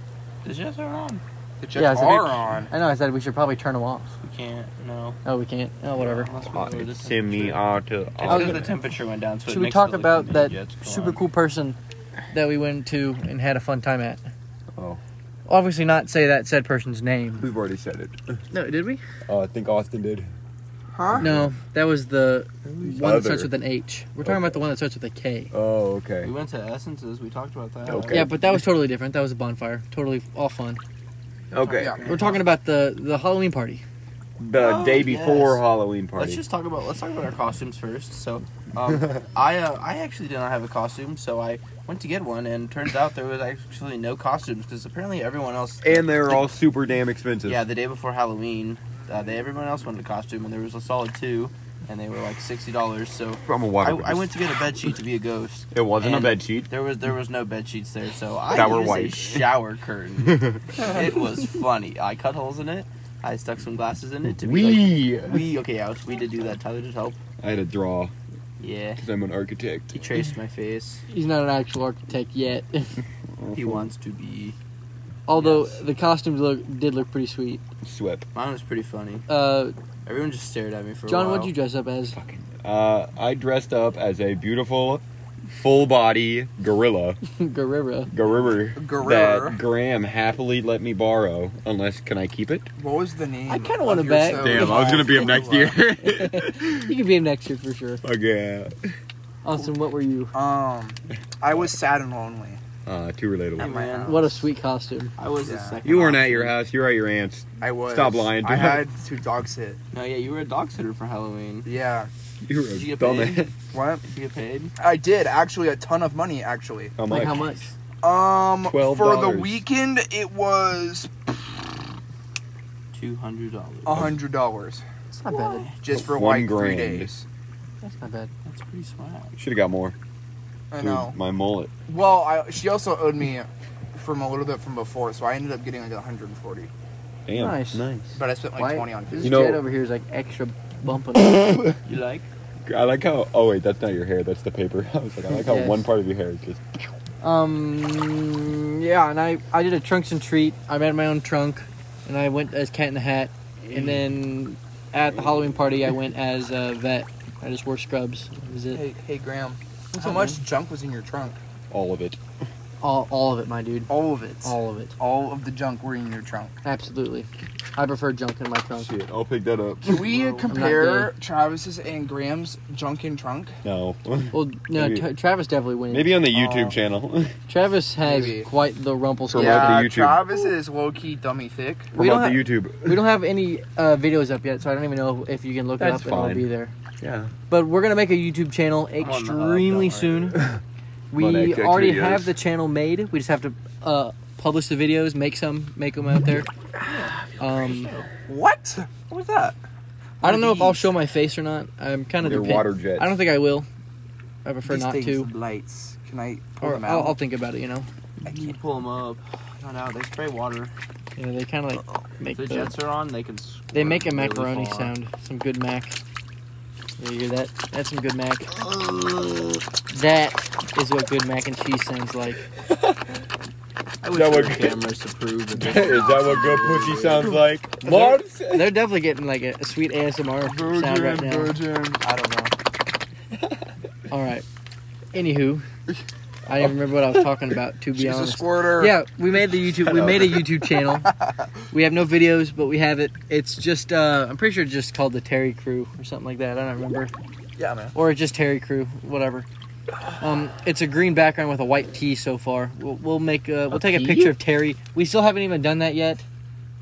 C: The jets are on.
D: The Jets
A: Yeah, it's a
D: are
A: big-
D: on.
A: I know I said we should probably turn them off.
C: We can't. No.
A: Oh, we can't. Oh, whatever.
C: Unless we
B: Uh,
C: lower the
B: Send me
C: temperature.
B: out to.
C: It's because the temperature went down. So it
A: Should we
C: makes
A: talk
C: it look
A: about
C: like the
A: that
C: jets are
A: super
C: on.
A: cool person that we went to and had a fun time at?
B: Oh.
A: Obviously, not say that said person's name.
B: We've already said it.
A: No, did we?
B: Oh, I think Austin did.
D: Huh?
A: No, that was the one that
B: other?
A: starts with an H. We're talking about the one that starts with a K.
B: Oh,
C: We
B: okay.
C: went to Essences. We talked about that.
B: Okay.
A: Yeah, but that was totally different. That was a bonfire. Totally all fun.
B: Okay.
D: Yeah.
A: We're talking about the the Halloween party.
B: The
C: Oh,
B: day before
C: yes.
B: Halloween party.
C: Let's just talk about let's talk about our costumes first. So, um, I uh, I actually did not have a costume, so I went to get one, and turns out there was actually no costumes because apparently everyone else
B: and they're all super damn expensive.
C: yeah the day before Halloween, uh, they everyone else wanted a costume, and there was a solid two, and they were like sixty dollars. So
B: I'm a
C: I,
B: water.
C: I went to get a bed sheet to be a ghost.
B: It wasn't a
C: and
B: bed sheet.
C: There was there was no bed sheets there, so I
B: That were
C: used a
B: white.
C: shower curtain. it was funny. I cut holes in it. I stuck some glasses in it to be like we okay. Yeah, we did do that. Tyler did help.
B: I had a draw
C: Yeah.
B: because I'm an architect.
C: He traced my face.
A: He's not an actual architect yet.
C: He wants to be.
A: Although
C: Yes.
A: the costumes look did look pretty sweet.
B: Swept.
C: Mine was pretty funny.
A: Uh,
C: Everyone just stared at me for a
A: John,
C: while.
A: what'd you dress up as?
B: Uh, I dressed up as a beautiful full body gorilla,
A: Gorilla.
B: gorilla,
E: Gorilla.
B: that Graham happily let me borrow. Unless, can I keep it?
E: What was the name?
A: I kinda
E: of
A: wanna
E: your
A: bet.
E: cell
B: Damn, I was gonna be up next year.
A: You can be in next year for sure.
B: Fuck yeah.
A: Austin, what were you?
E: Um, I was sad and lonely.
B: Uh, too relatable.
E: man.
A: What a sweet costume.
C: I was the
E: Yeah.
C: second.
B: You weren't at
C: option.
B: your house. You were at your aunt's.
E: I was.
B: Stop lying.
E: I had to dog sit.
C: No, yeah, you were a dog sitter for Halloween.
E: Yeah.
B: You were a
C: Did you get
B: dumbass.
C: paid?
E: What?
C: Did you get paid?
E: I did actually a ton of money actually.
B: How
A: Like
B: much?
A: how much?
E: Um,
B: $12.
E: for the weekend it was
C: Two hundred dollars.
E: a hundred dollars
A: That's not bad.
E: just for
B: One
E: like three
B: grand.
E: days.
A: That's not bad.
C: That's pretty swag.
B: Should have got more.
E: I
B: Dude,
E: know.
B: My mullet.
E: Well, I, she also owed me from a little bit from before, so I ended up getting like 140.
B: Damn.
A: Nice.
E: But I spent like
A: Why-
E: 20 on
A: This
E: food.
B: You know-
A: jet over here is like extra bumping.
C: You like?
B: I like how. Oh wait, that's not your hair. That's the paper. I was like, I like how
A: Yes.
B: one part of your hair is just.
A: um, yeah, and I I did a trunks and treat. I made my own trunk, and I went as Cat in the Hat,
B: Mm.
A: and then at the Halloween party I went as a vet. I just wore scrubs. That was it.
E: Hey, hey, Graham.
A: What's
E: how
A: up,
E: much
A: man?
E: junk was in your trunk?
B: All of it.
A: All all of it, my dude.
E: All of it. All,
A: All of it.
E: of the junk were in your trunk.
A: Absolutely. I prefer junk in my trunk.
B: Oh, Shit, I'll pick that up.
E: Can we
C: Whoa.
E: compare Travis's and Graham's junk in trunk?
B: No.
A: Well, no,
B: Maybe-
A: Tra- Travis definitely wins.
B: Maybe on the YouTube
E: Uh,
B: channel.
A: Travis has
E: Maybe.
A: quite the rumple
B: Promote Yeah. the YouTube.
E: Travis is low key dummy thick.
A: We don't
B: Promote the YouTube.
A: We don't have any uh, videos up yet, so I don't even know if you can look
B: That's
A: it up and
B: fine.
A: it'll be there.
B: Yeah.
A: But we're gonna make a YouTube channel
C: on the hub,
A: extremely
C: don't
A: soon.
B: On
A: we
B: XX
A: already
B: videos.
A: have the channel made. We just have to uh, publish the videos, make some, make them out there. Um,
E: What? What was that?
A: I don't know if I'll show my face or not. I'm kind of
B: They're
A: depend-
B: water jets.
A: I don't think I will. I prefer
E: These
A: not
E: things,
A: to.
E: Lights. Can I pull
A: Or
E: them
A: I'll,
E: out?
A: I'll think about it. You know,
E: I
C: You
E: can't.
C: pull them up. Not out. They spray water.
A: you know they kind of like make
C: If the
A: the-
C: jets are on, they can. squirt
A: they make a
C: really
A: macaroni
C: far.
A: sound. Some good mac. You hear that? That's some good mac. That is what good mac and cheese sounds like.
C: I
B: That
C: wish there
B: would-
C: were cameras to prove that.
B: is
C: this-
B: that what good pussy sounds like? Lars?
A: They're definitely getting like a, a sweet ASMR sound right now.
E: I don't know.
A: All right. Anywho, I don't even remember what I was talking about. To be
E: She's a
A: honest,
E: squirter.
A: yeah, we made the YouTube. We made a YouTube channel. We have no videos, but we have it. It's just uh, I'm pretty sure it's just called the Terry Crew or something like that. I don't remember,
E: Yeah, man.
A: or just Terry Crew, whatever. Um, it's a green background with a white tee so far. We'll, we'll make uh, we'll take a
C: tee?
A: picture of Terry. We still haven't even done that yet.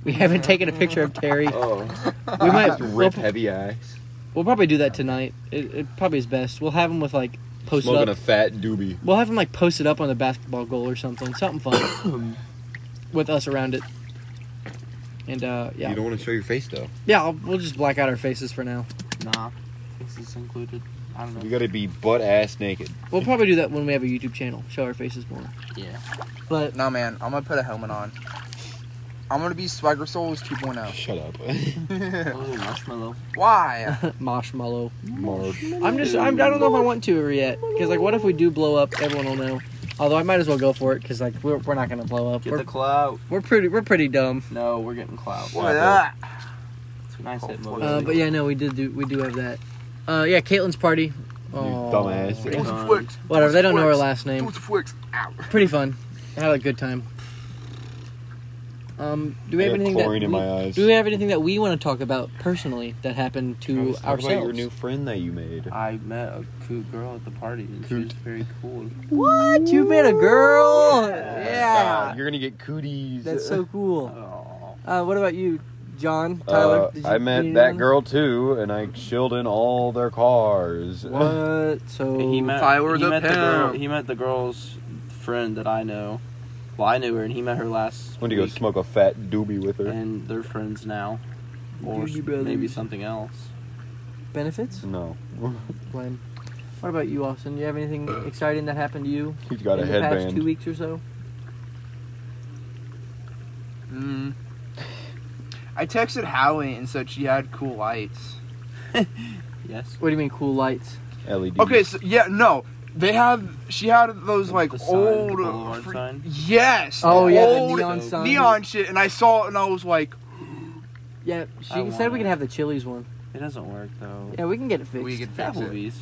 A: We haven't taken a picture of Terry.
B: Oh.
A: We might we'll,
B: Rip heavy eyes.
A: We'll probably do that tonight. It, it probably is best. We'll have him with like posted
B: Smoking a
A: up.
B: fat doobie.
A: We'll have him like posted up on the basketball goal or something. Something fun with us around it. And uh, yeah,
B: You don't want to show your face though.
A: yeah, I'll, we'll just black out our faces for now.
C: Nah, this is included. I don't know.
B: You gotta be butt ass naked.
A: We'll probably do that when we have a YouTube channel. Show our faces more.
C: Yeah.
A: But
E: No, man. I'm gonna put a helmet on. I'm gonna be Swagger Souls 2.0.
B: Shut up.
C: Oh, marshmallow.
E: Why?
A: marshmallow.
B: Marsh.
A: I'm just. I'm, I don't know if I want to or yet. Because like, what if we do blow up? Everyone will know. Although I might as well go for it. Because like, we're, we're not gonna blow up.
C: Get
A: We're,
C: the clout.
A: we're pretty. We're pretty dumb.
C: No, we're getting clout.
E: What?
B: Apple.
E: the-
C: It's a nice hit, Moses.
A: Uh, but yeah, no, we did do we do have that. Uh, yeah, Caitlin's party.
B: You
A: Aw.
B: dumbass.
E: Those
C: Fun.
E: flicks.
A: Whatever. They don't know her
E: Flicks.
A: last name.
E: Those flicks. Ow.
A: Pretty fun. I had a good time. Um, do we
B: I
A: have
B: got
A: anything that
B: chlorine in
A: we-
B: my eyes.
A: do we have anything that we want to talk about personally that happened to
B: Let's talk
A: ourselves?
B: about your new friend that you made.
C: I met a cool girl at the party. And she
B: Coot.
C: was very cool.
A: what? You met a girl? Yeah.
B: Oh, God, you're gonna get cooties. Uh,
A: That's so cool.
C: Oh,
A: Uh, what about you, John? Tyler?
B: Uh,
A: Did you-
B: I
A: you
B: met that
A: know?
B: girl too, and I chilled in all their cars.
A: What? So
C: he met.
E: Tyler
C: he
E: the
C: met the girl.
E: pimp.
C: He met the girl's friend that I know. Well, I knew her, and he met her last.
B: Went to go
C: week,
B: smoke a fat doobie with her.
C: And they're friends now, or
A: Doobie Brothers.
C: maybe something else.
A: benefits.
B: No,
A: Glenn. What about you, Austin? Do you have anything exciting that happened to you
B: he's got a
A: in the past two
B: headband.
A: weeks or so?
E: Mm. I texted Hallie and said she had cool lights.
C: Yes.
A: What do you mean cool lights?
B: LED.
E: Okay, so yeah, no. They have. She had those like
C: The sign, the
E: old.
C: Boulevard
E: fr-
C: sign?
E: Yes.
A: Oh yeah, the
E: old
A: neon sign.
E: neon shit, and I saw it and I was like,
A: Yeah, she
C: I
A: said
C: want
A: we
C: it.
A: can have the Chili's one.
C: It doesn't work though.
A: Yeah, we can get it fixed.
E: we can
C: It's
E: fix it.
C: Applebee's.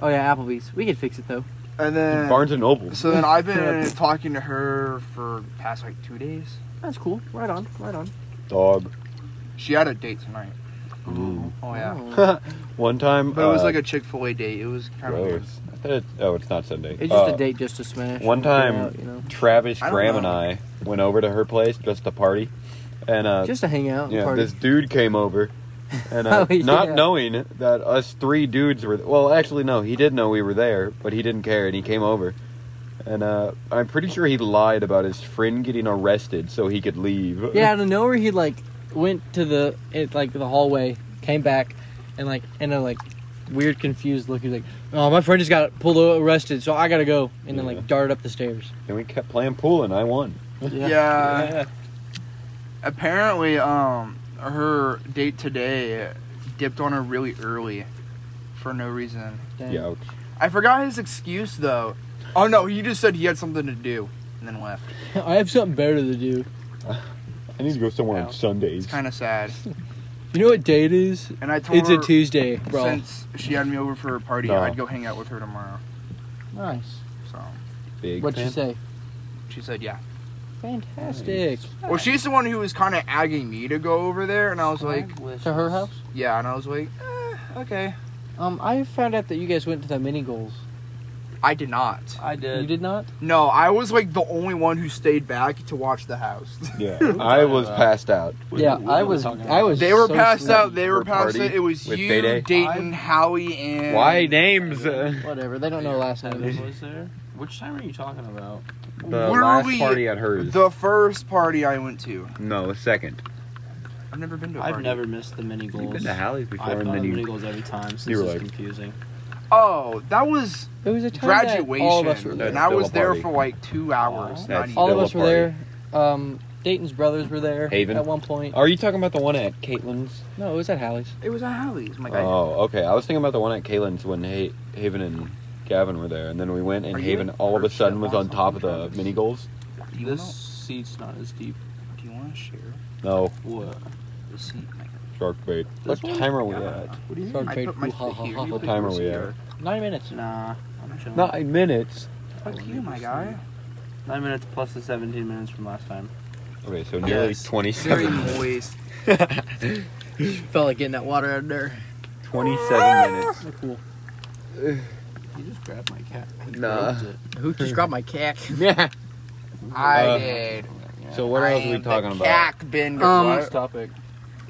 A: Oh yeah, Applebee's. We can fix it though.
E: And then
B: Barnes and Noble.
E: So then I've been talking to her for the past like two days.
A: That's cool. Right on. Right on.
B: Dog.
E: She had a date tonight. Oh yeah.
A: Oh.
B: One time.
E: But it was
B: uh,
E: like a Chick Fil A date. It was kind of
B: gross.
E: weird.
B: I thought it- oh, it's not Sunday.
A: It's just
B: Uh,
A: a date just to smash.
B: one
A: and hang
B: time-
A: out, you know?
B: Travis
E: I don't
B: Graham and
E: know.
B: I went over to her place just to party, and uh,
A: just to hang out. and
B: yeah,
A: party.
B: this dude came over, and uh,
A: Oh, yeah.
B: not knowing that us three dudes were well, actually no, he did know we were there, but he didn't care, and he came over, and uh, I'm pretty sure he lied about his friend getting arrested so he could leave.
A: Yeah, out of nowhere he like went to the it like the hallway, came back, and like in a like weird confused look, he's like, "Oh, my friend just got pulled o- arrested, so I gotta go," and then
B: Yeah.
A: like darted up the stairs.
B: and we kept playing pool, and I won.
E: Yeah. Apparently, um, her date today dipped on her really early, for no reason.
A: Dang.
B: Yeah, ouch.
E: I forgot his excuse though. Oh no, he just said he had something to do and then left.
A: I have something better to do.
B: I need to go somewhere on
E: Ouch.
B: Sundays.
E: It's kind of sad.
A: You know what date is?
E: And I told
A: It's
E: her
A: a Tuesday, bro.
E: since she had me over for her party,
B: No.
E: I'd go hang out with her tomorrow.
A: nice.
E: So
B: Big
A: What'd you
B: fan.
A: say?
E: she said yeah.
A: Fantastic.
E: Well, she's the one who was kind of agging me to go over there, and I was like,
A: To her house?
E: yeah, and I was like, eh, okay.
A: Um, I found out that you guys went to the mini goals.
E: I did not.
C: I did.
A: You did not?
E: No, I was like the only one who stayed back to watch the house.
B: Yeah, I was
C: about?
B: passed out.
C: What-
A: yeah,
C: what
A: I
C: were we
A: was.
C: talking
A: I
C: about?
A: was.
E: They were
A: so
E: passed
A: sleepy.
E: out. They were
B: Her
E: passed
B: party
E: out. It was
B: with
E: you,
B: Day-Day?
E: Dayton, Howie, and
B: Why names? Uh,
A: Whatever. They don't know last names.
C: Evan was there. Which time are you talking about?
B: the
E: Literally,
B: last party at hers.
E: The first party I went to.
B: no, the second.
E: I've never been to. A
C: I've
E: party.
C: never missed the mini goals.
B: You've been to Hallie's before,
C: I've
B: and
C: gone to
B: then
C: the
B: you
C: mini goals every time. So
B: you
C: this
B: were
C: is
B: like-
C: confusing.
E: Oh, that was
A: It was a time that
E: graduation,
A: all of us were there.
E: and
B: That's
E: I
B: still
E: was
B: a
E: there
B: party.
E: for like two hours.
C: That's
E: not
A: all of
B: Still a
A: us were there. Um, Dayton's brothers were there
B: Haven?
A: at one point.
B: Are you talking about the one at Caitlin's?
A: No, it was at Hallie's.
E: even- It was at Hallie's, my guy.
B: Oh, okay. I was thinking about the one at Caitlin's when ha- Haven and Gavin were there, and then we went, and
E: Are you
B: Haven
E: in
B: all of a
E: first
B: sudden
E: or
B: was on
E: last
B: top of
E: one,
B: the
E: Travis?
B: mini goals.
E: do you
C: this
E: want
C: seat's not as deep.
E: to? Do you want to share
B: No,
C: What?
E: the seat? Mike?
B: shark bait. What
C: This one?
B: time are we
E: Yeah.
B: at?
E: What do you
A: Shark
E: mean? I
A: bait.
E: put my
A: Ooh, ha,
E: foot
A: ha,
E: here.
A: ha,
E: you
A: ha.
B: What
E: put
B: time are
E: yours
B: we at?
E: here.
A: Nine minutes.
C: Nah, I'm chilling.
B: Nine minutes.
E: Fuck you, my guy.
C: Nine minutes plus the 17 minutes from last time.
B: Okay, so nearly
E: Yes. Very
B: 27 minutes.
E: moist.
A: Felt like getting that water out of there.
B: 27 minutes.
A: So cool.
C: You just grabbed my cat.
B: Nah.
A: Who just grabbed my cack?
B: Yeah.
E: I
B: Uh,
E: did.
B: So what
E: I
B: else are we
E: am the
B: talking about?
E: Cack bender.
A: Um,
E: Last topic.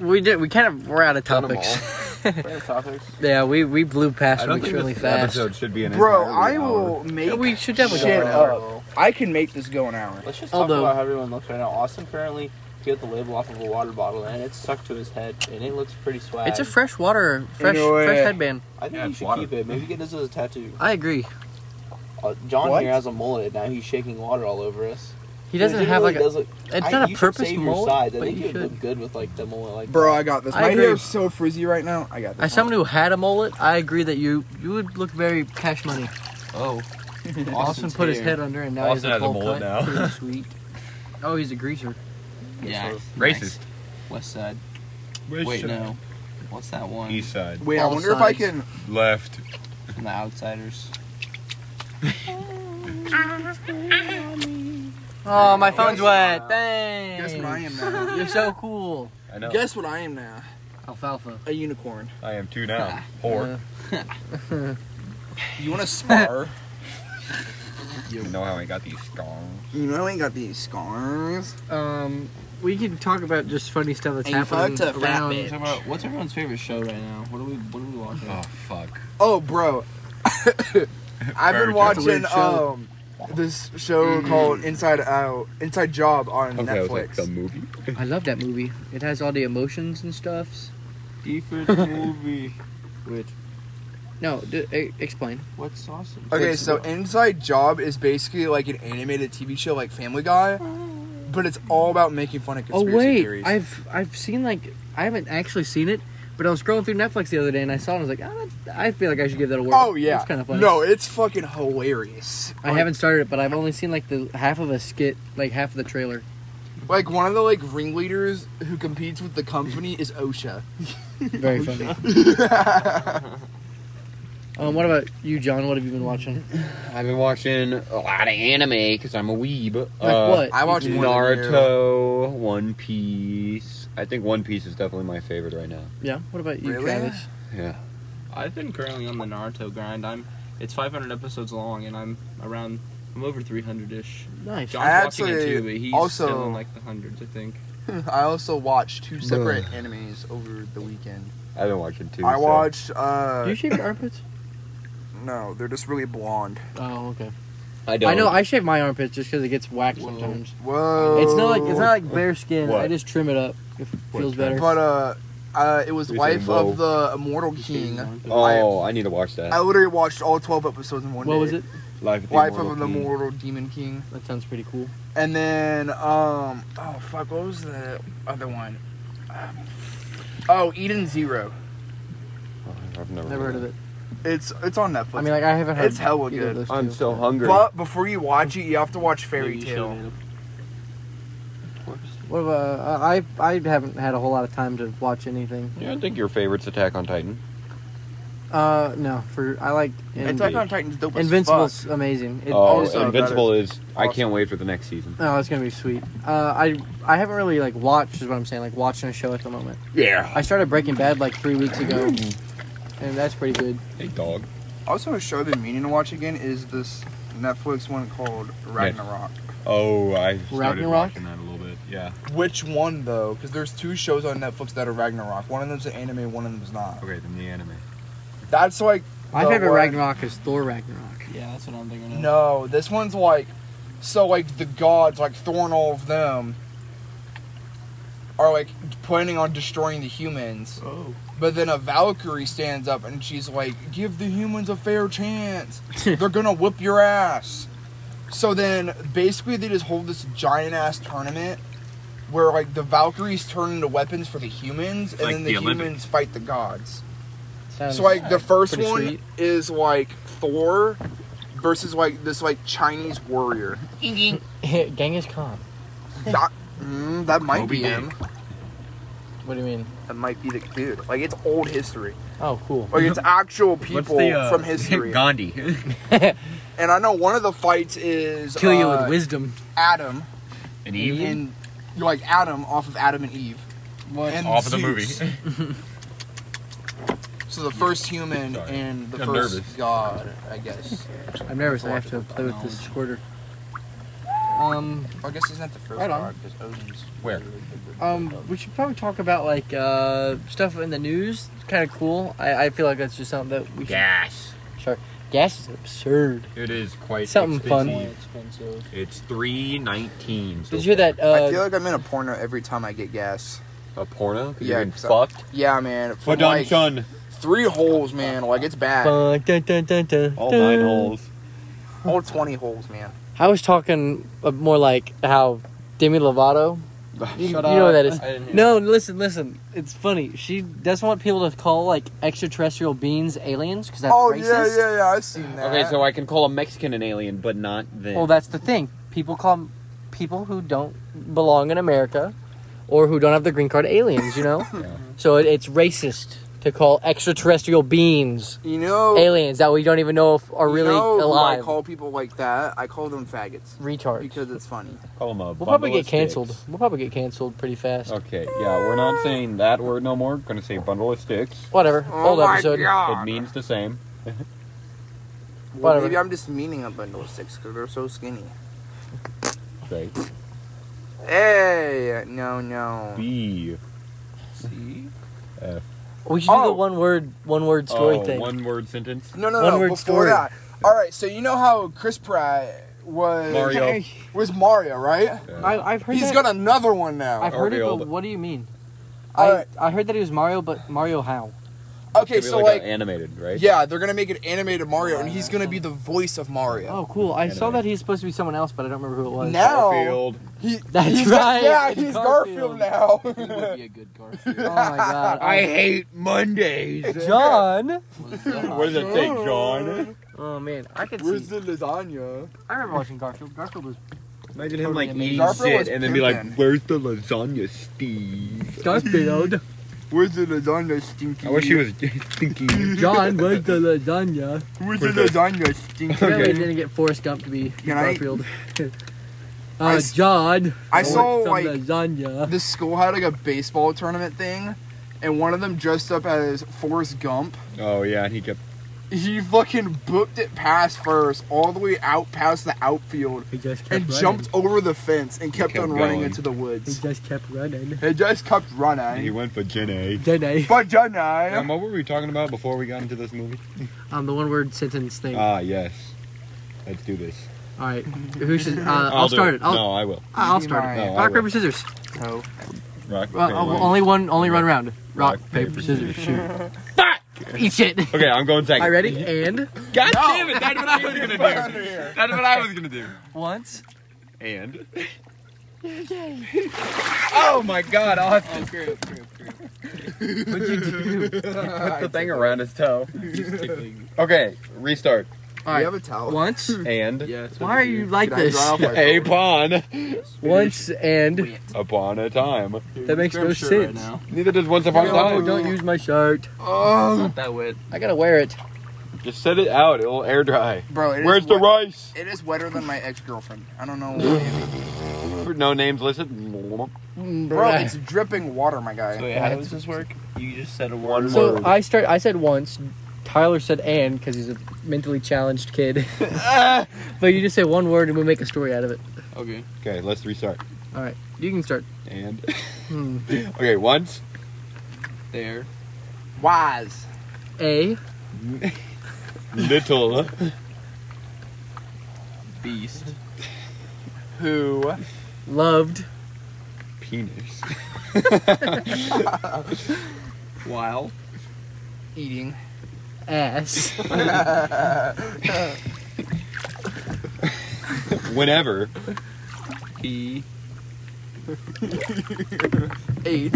A: We did. We kind of were out of
B: Done 'em
A: topics.
C: topics.
A: yeah, we we blew past
B: I
A: them
B: don't think
A: really
B: this
A: fast.
B: episode should be an
E: Bro,
B: entirely
E: I
B: hour.
E: will make.
A: We should definitely go
E: shit
A: for an
C: hour.
E: up. I can make this go an hour.
C: Let's just talk
A: talk Although-
C: about
A: about
C: how everyone looks right now. Austin currently got the label off of a water bottle and it's stuck to his head and it looks pretty swag.
A: It's a fresh water, fresh
E: Either way.
A: fresh headband.
C: I think
B: Yeah,
C: you
B: it's
C: should
B: water.
C: keep it. Maybe get this as a tattoo.
A: I agree.
C: Uh, John
E: What?
C: here has a mullet now. He's shaking water all over us.
A: He doesn't have like a,
C: Does look,
A: it's
C: I-
A: not
C: you
A: a
C: should
A: purpose
C: save your
A: mold,
C: sides. I
A: but
C: think
A: you
C: would
A: should.
C: look good with like the mullet like
E: Bro,
C: that.
E: I got this.
A: I
E: My
A: agree.
E: hair is so frizzy right now. I got this.
A: As someone who had a mullet, I agree that you you would look very cash money.
B: Oh.
A: Austin put his head under and now
B: Austin
A: he has
B: has a
A: a, bowl
B: mullet
A: cut.
B: now.
A: Pretty sweet. Oh, he's a greaser.
C: Yeah.
B: Racist.
C: West Side. Wait, no. What's that one?
B: East side.
E: Wait, I
A: All
E: wonder if I
A: sides.
E: can.
B: Left.
C: From the Outsiders.
A: Oh, my phone's
E: Guess-
A: wet. Thanks.
E: Guess what I am now.
A: You're so cool.
B: I know.
E: Guess what I am now.
A: Alfalfa.
E: A unicorn.
B: I am two now. Whore.
E: You want to spar?
B: you know how I got these scars.
E: you know I ain't got these scars.
A: Um, we can talk about just funny stuff that's
E: And you
A: happening
E: fucked a fat
A: around.
E: bitch.
C: Talk about- what's everyone's favorite show right now? What are we what are we watching?
B: fuck.
E: Oh, bro. I've
B: Very
E: been
B: good. Mm-hmm.
E: watching
A: Weird show.
E: um this show called Inside Out, Inside Job on
B: Okay, I was like,
E: Netflix.
B: the movie?
A: I love that movie. It has all the emotions and stuffs.
C: Different movie. Which
A: No, d- e- explain.
C: what's awesome?
E: okay,
C: What's
E: so
C: about-
E: Inside Job is basically like an animated TV show, like Family Guy, but it's all about making fun of
A: Oh
E: conspiracy
A: wait,
E: theories.
A: I've I've seen like I haven't actually seen it, but I was scrolling through Netflix the other day and I saw it. and I was like, oh, that, I feel like I should give that a whirl.
E: oh yeah,
A: it's kind of funny.
E: no, it's fucking hilarious.
A: I
E: Like-
A: haven't started it, but I've only seen like the half of a skit, like half of the trailer.
E: Like one of the like ringleaders who competes with the Oh, company is OSHA.
A: Very funny. Um, what about you, John? What have you been watching?
B: I've been watching a lot of anime because I'm a weeb. Like
A: what?
E: I watched more than you.
B: Naruto, One Piece. I think One Piece is definitely my favorite right now.
A: Yeah. What about you,
E: Really?
A: Travis?
B: Yeah.
C: I've been currently on the Naruto grind. I'm it's 500 episodes long, and I'm around I'm over 300 ish.
A: Nice.
C: John's
E: I
C: watching it
E: actually
C: too, but he's
E: also-
C: still in like the hundreds, I think.
E: I also watched two separate animes over the weekend.
B: I've been watching two.
E: I
B: so-
E: watched.
A: Do
E: uh
A: you shave your armpits?
E: No, they're just really blonde.
A: Oh, okay.
B: I don't.
A: I know I shave my armpits just because it gets whacked sometimes.
E: Whoa.
A: It's not like it's not like bare skin. I
B: What?
A: just trim it up. It
B: What,
A: feels better.
E: But uh, uh, it was
B: You said
E: wife
B: whoa.
E: of the immortal king.
B: Oh, I, need to watch that.
E: I literally watched all twelve episodes in one day.
A: What was it?
B: Life of the
E: Wife
B: Immortal
E: of the
B: King.
E: immortal demon king.
A: That sounds pretty cool.
E: And then um,
D: Oh fuck! What was the other one? Um, oh, Eden Zero.
B: Oh, I've never,
A: Never heard of it.
E: it's it's on Netflix.
A: I mean, like I haven't heard.
E: It's hella
A: either of
E: good.
A: those
B: I'm
A: two.
B: so hungry.
D: But before you watch it, you have to watch Fairy
C: Maybe you
D: Tale.
C: showed it
A: What about, uh, I I haven't had a whole lot of time to watch anything.
B: yeah, I think your favorite's Attack on Titan.
A: Uh, no. For I like in,
E: Attack on Titan's dope as fuck.
A: Invincible's amazing. It,
B: oh,
A: it's-
E: also-
B: Invincible
E: that
B: is. I
E: awesome.
B: can't wait for the next season.
A: oh, it's gonna be sweet. Uh, I I haven't really like watched is what I'm saying. Like watching a show at the moment.
B: Yeah.
A: I started Breaking Bad like three weeks ago, and that's pretty good.
B: Hey, dog.
E: Also, a show I've been meaning to watch again is this Netflix one called Ragnarok.
B: Oh, I started
A: Ragnarok?
B: watching that a little bit. Yeah.
E: Which one though? Because there's two shows on Netflix that are Ragnarok. One of them's an anime, one of them's not.
B: Okay, then the anime.
E: That's like
A: My
E: the
A: favorite
E: one-
A: Ragnarok is Thor Ragnarok.
C: Yeah, that's what I'm thinking. of.
E: No, this one's like so like the gods like Thor and all of them are like planning on destroying the humans.
C: Oh.
E: But then a Valkyrie stands up and she's like, "Give the humans a fair chance. They're gonna whip your ass." So then, basically, they just hold this giant ass tournament where like the Valkyries turn into weapons for the humans, and
B: like
E: then the,
B: the
E: humans
B: Olympics.
E: fight the gods.
A: Sounds
E: So like the first
A: Um, pretty
E: one
A: sweet.
E: is like Thor versus like this like Chinese warrior.
A: Genghis Khan.
E: that, mm, that might
B: Moby
E: be him.
A: What do you mean?
E: That might be the dude. Like it's old history.
A: Oh, cool.
E: Like it's actual people
A: uh,
E: from history.
B: uh, Gandhi.
E: And I know one of the fights is
A: Kill you
E: uh,
A: with wisdom.
E: Adam
B: An
E: and you're like Adam off of Adam and Eve.
C: What?
E: And
B: Off of the movie.
E: Zeus. so the first human
B: Sorry.
E: and the
B: I'm
E: first
B: nervous.
E: god, I guess.
A: I'm nervous. I have to play with this squirter. Um,
E: I guess he's not the first
A: Right on.
E: god because Odin's
B: Where?
E: really good.
A: um, we should probably talk about like uh stuff in the news. Kind of cool. I, I feel like that's just something that we. should-
B: Gas.
A: Gas is absurd.
B: It is quite
A: Something fun.
B: expensive. It's three nineteen.
A: Did you hear that? Uh,
E: I feel like I'm in a porno every time I get gas.
B: A porno? 'Cause
E: Yeah,
B: you're getting
E: so-
B: fucked.
E: Yeah, man. From
B: Put on
E: like
B: son.
E: three holes, man. Like it's bad.
A: Dun, dun, dun, dun, dun,
B: All
A: dun.
B: nine holes.
E: All twenty holes, man.
A: I was talking uh, more like how Demi Lovato. You, you know what that is.
C: Oh, I didn't hear
A: No, listen, listen. It's funny. She doesn't want people to call like extraterrestrial beings aliens because that's
E: Oh
A: racist.
E: yeah, yeah, yeah. I've seen that.
B: Okay, so I can call a Mexican an alien, but not this.
A: Well, that's the thing. People call people who don't belong in America or who don't have the green card aliens, you know? So it, it's racist to call extraterrestrial beings
E: you know,
A: aliens that we don't even know if are
E: you
A: really
E: know who I
A: alive.
E: call people like that. I call them faggots
A: Retards.
E: because it's funny.
B: call him a.
A: we'll probably
B: bundle
A: get
B: of
A: canceled.
B: sticks.
A: We'll probably get canceled pretty fast.
B: Okay, yeah, we're not saying that word no more. We're gonna say bundle of sticks.
A: Whatever. Old
E: Oh,
A: episode.
B: It means the same.
E: Well,
A: Whatever.
E: maybe I'm just meaning a bundle of six because they're so skinny.
B: Right.
E: Hey, no, no.
B: B.
C: See?
A: We should do
E: Oh.
A: the one word one word story
B: Oh,
A: thing.
B: one word sentence.
E: No, no,
A: One
E: no.
A: word
E: Before
A: story.
E: that, all right. So you know how Chris Pratt was
B: Mario.
E: was Mario, right?
B: Yeah.
A: I, I've heard
E: He's
A: that.
E: got another one now.
A: I've heard it, but
B: Oreo.
A: what do you mean?
E: All
A: I,
E: right.
A: I heard that he was Mario, but Mario how?
E: okay,
B: Maybe
E: so
B: like,
E: like,
B: a animated, right?
E: yeah, they're gonna make it animated Mario, and he's gonna be the voice of Mario.
A: Oh, cool. I saw
B: Anime.
A: that he's supposed to be someone else, but I don't remember who it was.
E: now
B: Garfield.
E: he
A: That's
E: he's
A: right.
E: yeah, he's Garfield,
A: Garfield.
C: He would
E: now.
C: be a good
A: Oh
C: Garfield.
A: my god.
B: hate Mondays.
A: John.
C: Was that-
B: What does it say, John?
A: Oh man, I could
E: Where's
A: see.
E: the lasagna?
A: I remember watching Garfield. Garfield was
B: Imagine
A: him, like, eating
E: Garfield shit was and then be like, pimpin'.
B: "Where's the lasagna, Steve?"
A: Garfield.
E: Where's the lasagna, stinky?
D: I wish he was thinking.
A: John, where's the lasagna?
E: Where's the lasagna, stinky?
A: Apparently
D: Okay.
A: didn't get Forrest Gump to be
E: Can I-
A: Garfield.
E: I
A: uh,
E: s-
A: John.
E: I
A: want
E: saw,
A: some
E: like-
A: lasagna.
E: This school had like a baseball tournament thing, and one of them dressed up as Forrest Gump.
B: Oh yeah, and he kept.
E: He fucking booked it past first, all the way out past the outfield,
A: He just kept
E: and
A: running.
E: jumped over the fence and kept,
B: kept
E: on running
B: going.
E: into the
A: He
E: woods.
A: just kept running.
E: He just kept
B: He
E: running.
B: went for Gen A.
A: Then I,
E: But John, I-
B: Um, what were we talking about before we got into this movie?
A: um, the one word sentence thing.
B: Ah, yes. Let's do this.
A: All right, who should? Uh, I'll,
B: do
A: start
B: it.
A: it. I'll, uh,
B: no, I will.
A: I'll start it.
E: No,
B: I
A: rock
B: will.
A: paper scissors.
E: Oh.
B: Rock.
A: Well,
B: paper,
A: uh,
B: rock.
A: only one, only run
B: Rock,
A: around. Rock, paper, scissors, shoot. Fuck! Eat shit.
B: Okay, I'm going second.
A: I ready? And
B: God damn it! That's what I was gonna do.
E: Outta here.
B: That's what I was gonna do.
A: once.
B: And. oh my God! I'll have
E: Oh, great, great, great.
A: What'd you do?
B: to put the thing around his toe. Okay, restart.
A: All
E: Do
A: right,
E: you have a towel?
A: once.
B: And.
C: Yeah. that's what
A: Why are
C: we do.
A: you like
E: Can I
A: this?
E: dry off my
B: A
E: phone?
B: pawn
A: Once and
B: upon a time.
A: that makes no
C: Grab shirt right
A: sense.
C: now.
B: Neither does once upon a
A: No,
B: time.
A: don't use my shirt.
C: It's
E: Oh,
C: not that wet.
A: I gotta wear it.
B: Just set it out. It'll air dry.
E: bro, it is
B: Where's the
E: wet-
B: rice?
E: It is wetter than my ex-girlfriend. I don't know. why.
B: No names listed.
E: Bro, it's dripping water, my guy.
C: So wait, how does this work? You just said a word.
B: One
A: So
B: word.
A: I start. I said once. Tyler said and because he's a mentally challenged kid. but you just say one word and we make a story out of it.
C: Okay.
B: Okay, let's restart.
A: All right, you can start.
B: And
A: Hmm.
B: okay, once
C: There.
E: Wise.
A: A
B: little
C: Beast.
E: Who?
A: loved
B: penis.
C: While.
E: Eating.
A: ass.
B: Whenever
C: He.
A: Eight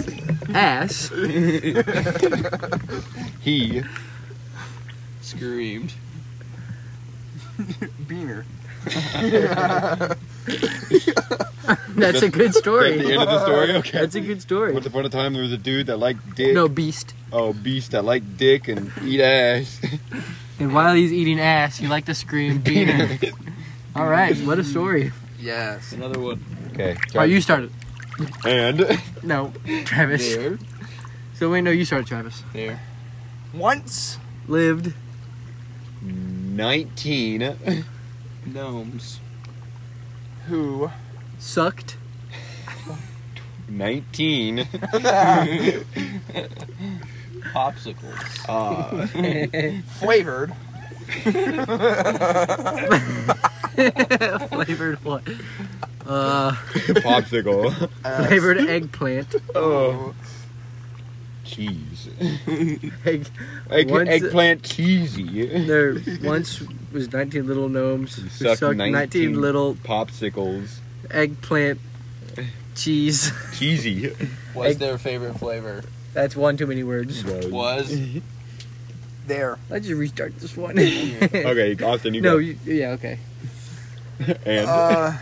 A: ass.
B: he
C: Screamed.
E: Beaner.
A: That's a good
B: at the
A: story.
B: end of the story. Okay.
A: That's a good story.
B: Once upon a time, there was a dude that liked dick.
A: No beast.
B: Oh, beast that liked dick and eat ass.
A: And while he's eating ass, you like to scream beaner. All right, what a story.
E: Yes.
C: Another one.
B: okay.
A: All right, you started.
B: And
A: No, Travis.
C: There.
A: So wait, no, you started, Travis.
C: There.
E: Once.
A: Lived
B: nineteen
C: Gnomes.
E: Who?
A: sucked
B: 19
C: Popsicles.
B: uh,
E: Flavored.
A: flavored what? Uh,
B: popsicle
A: flavored eggplant.
E: Oh.
B: cheese
A: Egg.
B: Egg,
A: Once-
B: eggplant cheesy
A: There once was 19 little gnomes who
B: sucked
A: sucked, 19.
B: 19
A: little
B: popsicles
A: eggplant cheese.
B: cheesy
C: Was
A: Egg-
C: their favorite flavor?
A: That's one too many words.
C: Was.
E: There.
A: Let's just restart this one.
B: okay austin you
A: No,
B: go
A: you, yeah, okay.
B: and
E: Uh,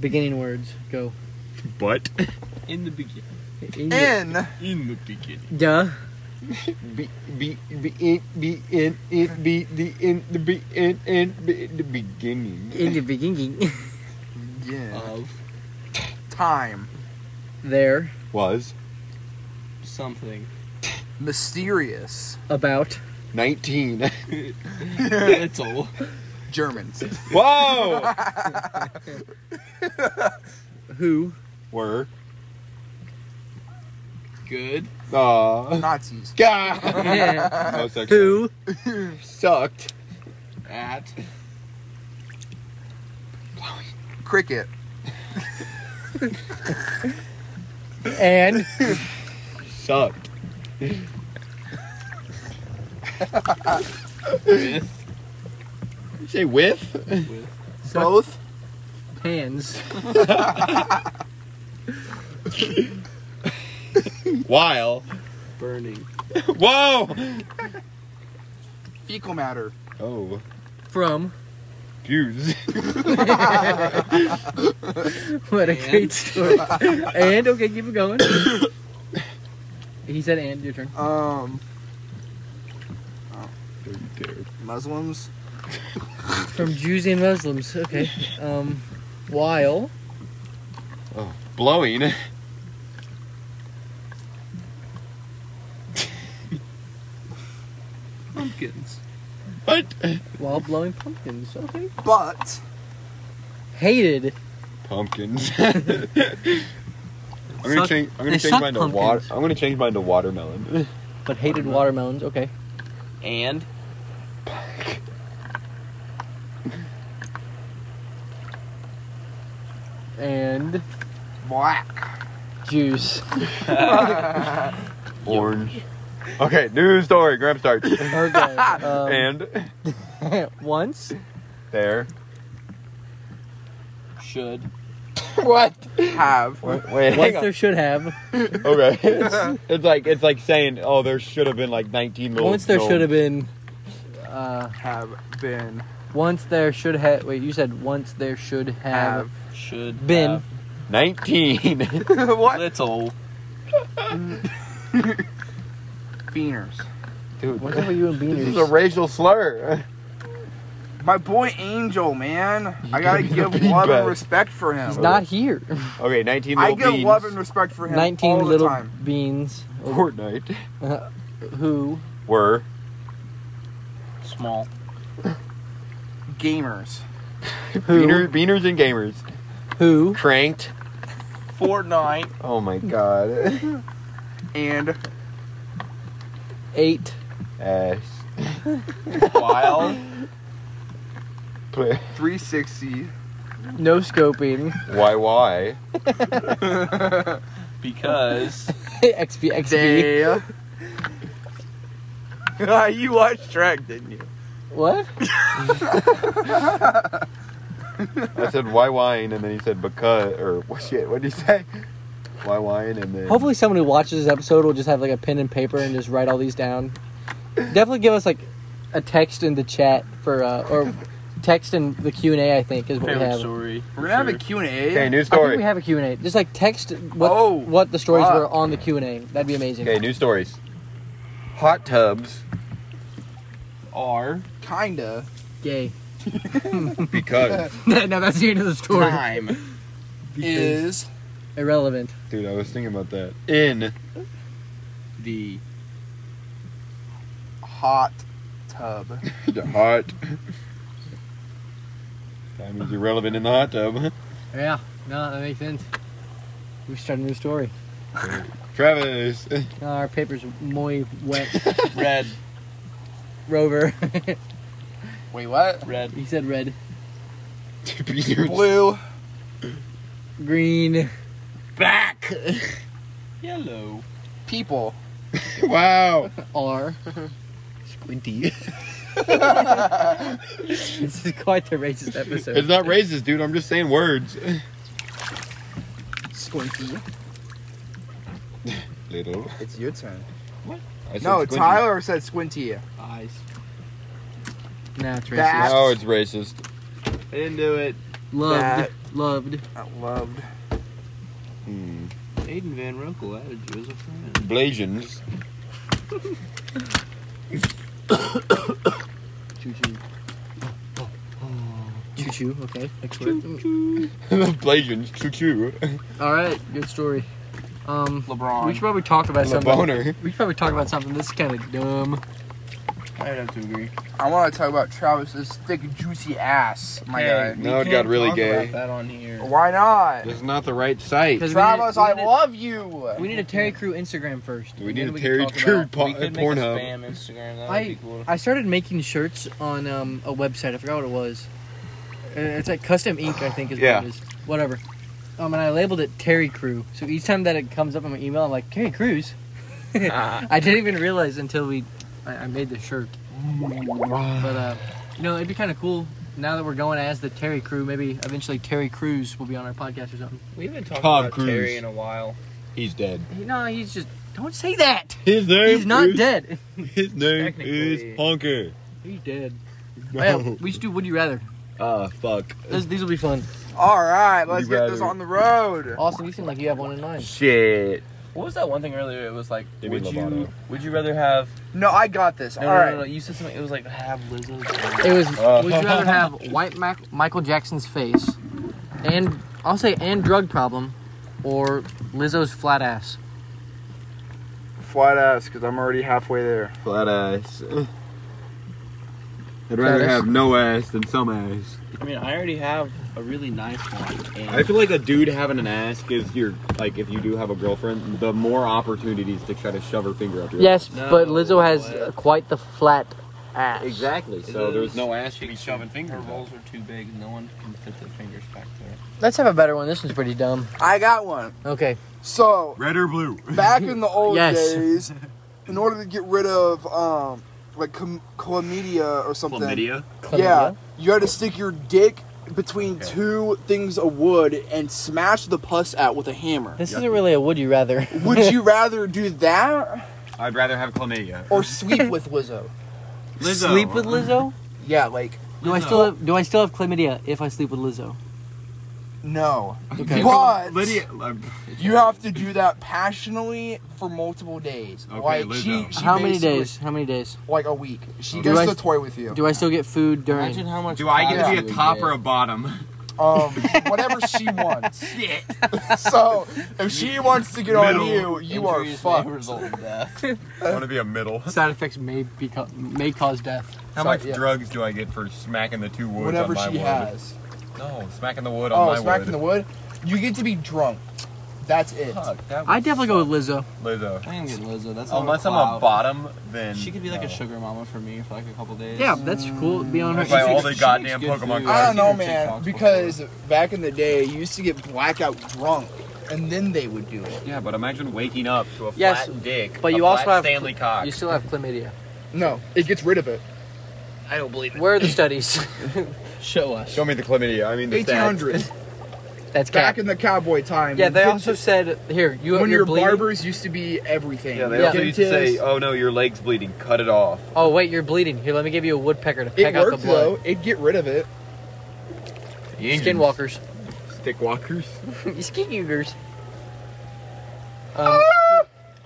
A: Beginning words go.
B: but
C: In the beginning.
A: Eh.
E: in.
C: In the beginning.
A: Duh.
B: be be be in be in it be the in the be in in be, the beginning
A: In the beginning,
E: Yeah.
C: Of
E: Time.
A: there
B: was
C: something.
E: Mysterious.
A: about
B: 19
C: Little.
E: Germans.
B: whoa
A: who
B: were
C: Good.
B: uh
E: Nazis.
B: god
A: yeah,
B: no sex
A: who
B: sucked
C: At.
E: Cricket.
A: and
B: sucked
C: With.
B: you say with
E: Both.
A: hands
B: while
C: Burning.
B: Whoa!
E: Fecal matter.
B: Oh,
A: from
B: goose.
A: what a
C: And?
A: great story. and okay, keep it going. He said, "And your turn."
E: Um,
B: Dude.
E: Muslims.
A: From Jews and Muslims. Okay. Um, while
B: Blowing.
C: Pumpkins.
B: What?
A: while blowing pumpkins. Okay.
E: But
A: Hated.
B: Pumpkins. I'm gonna
A: Suck-
B: change. I'm
A: they
B: gonna change
A: suck
B: mine to
A: pumpkins.
B: water. I'm gonna change mine to watermelon.
A: But hated watermelons. Okay.
C: And
A: And
E: black.
A: juice.
B: Orange. Okay, new story. Graham starts.
A: Okay. Um,
B: and
A: once
B: there.
C: should.
E: what? Have.
B: Wait.
A: once there should have.
B: Okay. It's, it's like it's like saying, oh, there should have been like 19 little.
A: Once there
B: little-
A: should have been. Uh,
E: Have been.
A: once there should have. Wait, you said once there should have.
E: Have.
C: Should.
A: Been.
C: have
B: 19.
E: what?
C: Little.
E: Beaners.
B: Dude,
A: What's up with you and
B: this is
A: beaners?
B: a racial slur.
E: My boy Angel, man. I gotta
B: gave me
E: give
B: the
E: love
B: feedback.
E: and respect for him.
A: He's not here.
B: Okay, 19
E: I
B: little
E: give
B: beans.
E: love and respect for him. 19 all
A: Nineteen
E: the
A: little
E: time.
A: beans.
B: Fortnite
A: Who?
B: were
C: Small.
E: Gamers.
A: Who?
B: beaners, beaners and gamers.
A: Who?
B: Cranked.
C: Fortnite.
B: Oh my god.
E: And
A: Eight.
B: Ass.
C: While.
B: Play-
E: 360.
A: No scoping.
B: Why, why?
C: Because.
A: XP XP.
E: Day. you watched Shrek, didn't you?
A: What?
B: I said, why wine? And then he said, because, or what shit, what did he say? Why wine? And then.
A: Hopefully, someone who watches this episode will just have like a pen and paper and just write all these down. Definitely give us like a text in the chat for uh, or text in the Q and A. I think is what we
C: Favorite
A: have.
C: story.
E: We're gonna have a
C: Sure.
E: Q&A.
B: Okay, new
A: I think we
B: story.
A: have a Q and A. Just like text what
E: Oh,
A: what the stories were
E: fuck.
A: on the Q and A. That'd be amazing.
B: Okay, new stories. Hot tubs
C: Are.
E: Kinda.
A: Gay.
B: because.
A: now that's the end of the story.
C: Time.
E: Is
A: Irrelevant.
B: Dude, I was thinking about that. In
C: The.
E: hot tub.
B: the hot. Time is irrelevant in the hot tub.
A: Yeah. No, that makes sense. We should start a new story.
B: Travis.
A: No, Uh, our paper's muy wet.
C: Red.
A: Rover.
E: Wait, what?
C: Red.
A: he said red.
B: Beaners.
E: Blue.
A: Green.
B: Back.
C: Yellow.
E: People.
B: Wow.
A: R.
B: Squinty.
A: This is quite the racist episode.
B: It's not racist, dude. I'm just saying words.
E: Squinty.
B: Little.
E: It's your turn.
B: I said
E: No,
B: squinty.
E: Tyler said squinty.
C: Eyes.
A: Now it's racist.
E: That-
B: Now it's racist.
C: I didn't do it.
A: loved.
E: that-
A: Loved.
E: I loved.
B: Hmm.
C: Aiden Van Runkle added you as a friend.
B: Blasians.
A: Choo choo. Choo choo. Okay. Next word.
B: Blasians. Choo choo.
A: All right. Good story. Um,
C: LeBron.
A: we should probably talk about
B: The
A: something.
B: boner.
A: We should probably talk about something. This is kind of dumb.
C: I would have to agree.
E: I want to talk about Travis's thick, juicy ass, my
C: Hey, we
B: Now it got
C: can't
B: really
C: talk
B: gay.
C: about that on here.
E: guy. Why not?
B: This is not the right site.
A: Because
E: Travis,
A: we need,
E: I
A: we need,
E: love you.
A: We need a Terry Crew Instagram first.
B: We
A: and
B: need
A: then
B: a
A: can
B: Terry
A: talk
B: Crew
A: about-
B: po-
C: we could make a
B: Pornhub.
C: spam Instagram. That would
A: I-
C: be cool.
A: I started making shirts on um, a website. I forgot what it was. Uh, It's like Custom Ink, I think is
B: Yeah.
A: what it is. Whatever. Um, and I labeled it Terry Crew. So each time that it comes up in my email, I'm like Terry Crews. I didn't even realize until we, I, I made the shirt. But uh, you know, it'd be kind of cool now that we're going as the Terry Crew. Maybe eventually Terry Crews will be on our podcast or something.
C: We haven't talked
B: Tom
C: about
B: Cruise.
C: Terry in a while.
B: He's dead.
A: He- No, he's just don't say that.
B: His name
A: He's not
B: is,
A: dead.
B: His name is
C: Technically.
B: Honker.
A: He's dead. Oh, yeah,
B: No.
A: we should do Would You Rather.
B: Ah, fuck.
A: This, these will be fun.
E: All right, let's get this
B: rather-
E: on the road.
A: Austin, you seem like you have one in mind.
B: Shit.
C: What was that one thing earlier? It was like,
B: Demi
C: would
B: Lovato.
C: you would you rather have?
E: No, I got this.
C: No,
E: All
C: no,
E: right.
C: no, no, You said something. It was like have lizards.
A: It was.
B: Uh.
A: would you rather have white Mac- Michael Jackson's face, and I'll say and drug problem, or Lizzo's flat ass?
E: Flat ass, because I'm already halfway there.
B: Flat ass. I'd rather
A: Travis?
B: have no ass than some ass.
C: I mean, I already have a really nice one. And
B: I feel like a dude having an ass gives your like if you do have a girlfriend, the more opportunities to try to shove her finger up your
A: Yes,
C: No,
A: but Lizzo has
C: what?
A: uh, quite the flat ass.
B: Exactly. So there's no ass to
C: She's
B: be shoving.
C: shoving fingers. Her rolls are too big. No one can fit their fingers back there.
A: Let's have a better one. This one's pretty dumb.
E: I got one.
A: Okay.
E: So
B: Red or blue?
E: back in the old
A: Yes.
E: days, in order to get rid of um, like chlam- chlamydia or something, yeah, you had to stick your dick between
B: Okay.
E: two things of wood and smash the pus out with a hammer.
A: This isn't really a would you rather.
E: Would you rather do that
B: I'd rather have chlamydia.
E: or sleep with Lizzo?
B: Lizzo.
A: Sleep with Lizzo?
E: Yeah, like
A: Do I still have, do I still have chlamydia if I sleep with Lizzo?
E: no,
A: Okay.
E: but
B: Lydia. um,
E: you have to do that passionately for multiple days.
B: Okay,
E: like she,
B: Lizzo.
E: she
A: How many
E: basically-
A: days? How many days?
E: Like a week. She
A: Do
E: gets
A: I-
E: to toy with you.
A: Do I still get food during?
C: Imagine how much.
B: Do I get to
E: Yeah.
B: be a top or a bottom?
E: um, whatever she wants.
B: Shit.
E: So if she wants to get on you,
B: Middle.
E: you are fucked.
C: Result in death.
B: I want to be a middle.
A: Side effects may be co- may cause death.
B: How
E: Sorry,
B: much
E: yeah.
B: drugs do I get for smacking the two woods
E: Whatever
B: on my
E: she
B: wood?
E: has.
B: No, smacking the wood on
E: Oh,
B: my
E: smack
B: wood.
E: in the wood. You get to be drunk. That's it.
C: Fuck, that
A: I
C: would
A: definitely go with Lizzo.
B: Lizzo.
C: I am getting Lizzo. That's
B: Unless I'm a bottom, then
C: She could be like
B: no.
C: a sugar mama for me for like a couple days.
A: Yeah, that's cool. Be on her.
B: If I
C: She
B: all
C: makes-
B: the
C: she
B: goddamn
C: makes good
B: Pokemon cards.
C: food.
E: I don't know,
C: I've seen her
E: man.
C: TikToks
E: Because back in the day, you used to get blackout drunk, and then they would do it.
B: Yeah, but imagine waking up to a
A: Yes,
B: flattened dick.
A: but
B: a
A: you also
B: flat
A: have-
B: Stanley cock.
A: You still have chlamydia.
E: No, it gets rid of it.
C: I don't believe
A: Where are the studies? Show us.
B: Show me the chlamydia. I mean the
E: Eighteen
B: stats.
E: hundred.
A: That's
E: Back
A: cap.
E: in the cowboy time.
A: Yeah, they
E: kids-
A: also said here you
E: when
A: you're
E: your
A: bleeding.
E: barbers used to be everything.
B: Yeah, they
A: Yeah.
B: also used to say, "Oh no, your leg's bleeding. Cut it off."
A: Oh wait, you're bleeding. Here, let me give you a woodpecker to
E: it
A: peck out the
E: worked
A: blood.
E: though. It get rid of it.
A: Skinwalkers.
B: Stick walkers.
A: Skinwalkers. Um,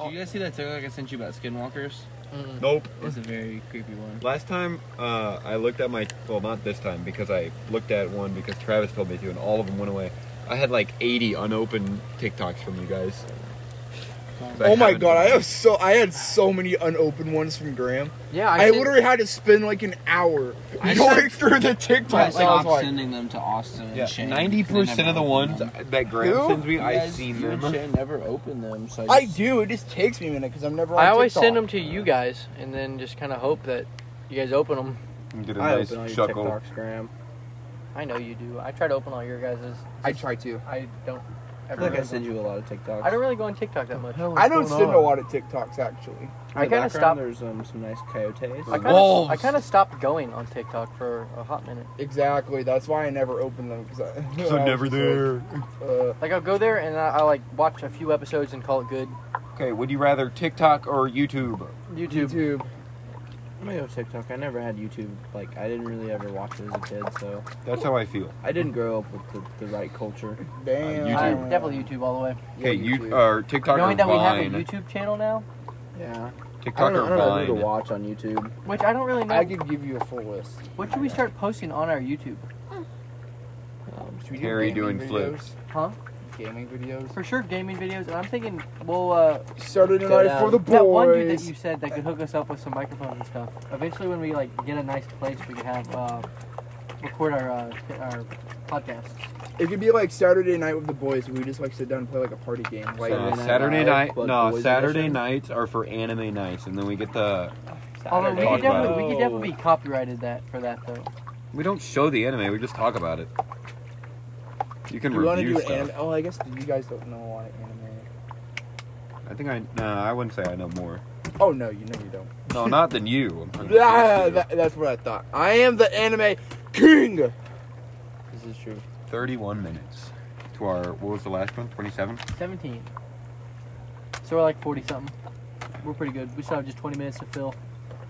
C: Did you guys see that TikTok I sent you about skinwalkers?
A: mm.
B: Nope.
C: It's a very creepy one.
B: Last time uh, I looked at my well, not this time because I looked at one because Travis told me to, and all of them went away. I had like 80 unopened TikToks from you guys. So
E: Oh my
B: haven't-
E: god, I have so I had so many unopened ones from Graham.
A: yeah,
E: I,
A: I, sent-
E: literally had to spend like an hour
C: I
E: going through the
C: I
E: TikTok. Like, I was
C: stopped
E: like,
C: sending them to Austin.
B: Yeah,
C: and Shane.
B: 90% of the ones that
E: Who?
B: Graham sends me, I've
C: I've
B: seen
C: you And
B: them.
C: Shane never opened them, so
E: I
C: just-
E: do. It just takes me a minute because I'm never. On
A: I always
E: TikTok.
A: send them to you guys, and then just kind of hope that you guys open them.
B: Get a
C: I open all your TikToks, Graham.
A: I know you do. I try to open all your guys's.
E: I try to.
A: I don't
C: I
A: ever.
C: feel like I
A: really
C: send
A: go-
C: you a lot of TikToks.
A: I don't really go on TikTok that much.
E: I don't send a lot of TikToks actually.
A: I kinda stopped-
C: There's um, some nice coyotes.
A: I kind of I
B: Wolves.
A: kind of stopped going on TikTok for a hot minute.
E: Exactly. That's why I never open them. Cause I, I was just like, uh,
A: Like I'll go there and I, I like watch a few episodes and call it good.
B: Okay, would you rather TikTok or YouTube?
A: YouTube.
E: YouTube.
C: I'm gonna go TikTok. I never had YouTube. Like I didn't really ever watch it as a kid, so
B: That's how I feel.
C: I didn't grow up with the, the right culture.
E: Damn.
B: YouTube.
A: I, definitely YouTube all the way.
B: Okay, you or TikTok or
A: Knowing that
B: Vine.
A: we have a YouTube channel now,
C: Yeah. I
B: TikTok
C: don't, know- I
B: or
C: don't know who to
B: Vine.
C: watch on YouTube.
A: which I don't really know.
E: I could give you a full list.
A: what should we start posting on our YouTube?
E: Um, should we do
B: Terry
E: gaming
B: doing
E: videos?
B: flips.
A: Huh?
E: Gaming videos.
A: For sure, gaming videos. And I'm thinking, well, uh,
E: Saturday
C: Get
E: night
C: out.
E: for the boys.
A: that one dude that you said that could hook us up with some microphones and stuff. Eventually, when we like get a nice place, we could have uh, record our uh, our podcasts.
E: It could be like Saturday night with the boys. and We just like sit down and play like a party game. Like
B: Uh,
C: Saturday
B: Saturday
C: Night Live,
B: night,
C: but
B: no.
C: boys
B: Saturday
C: edition.
B: nights are for anime nights, and then we get the.
A: Although we
B: Talk
A: could,
B: about
A: definitely, we could definitely be copyrighted that for that though.
B: We don't show the anime; we just talk about it. You can
E: you want to
B: review
E: do
B: stuff.
E: anime? Oh, I guess you guys don't know a lot of anime.
B: I think I. No, I wouldn't say I know more.
E: Oh no, you know you don't.
B: No, not than you. I'm
E: Ah, that, that's what I thought. I am the anime king.
C: This is true.
B: Thirty-one minutes to our. What was the last one? Twenty-seven.
A: 17. So we're like 40 something. We're pretty good. We still have just 20 minutes to fill.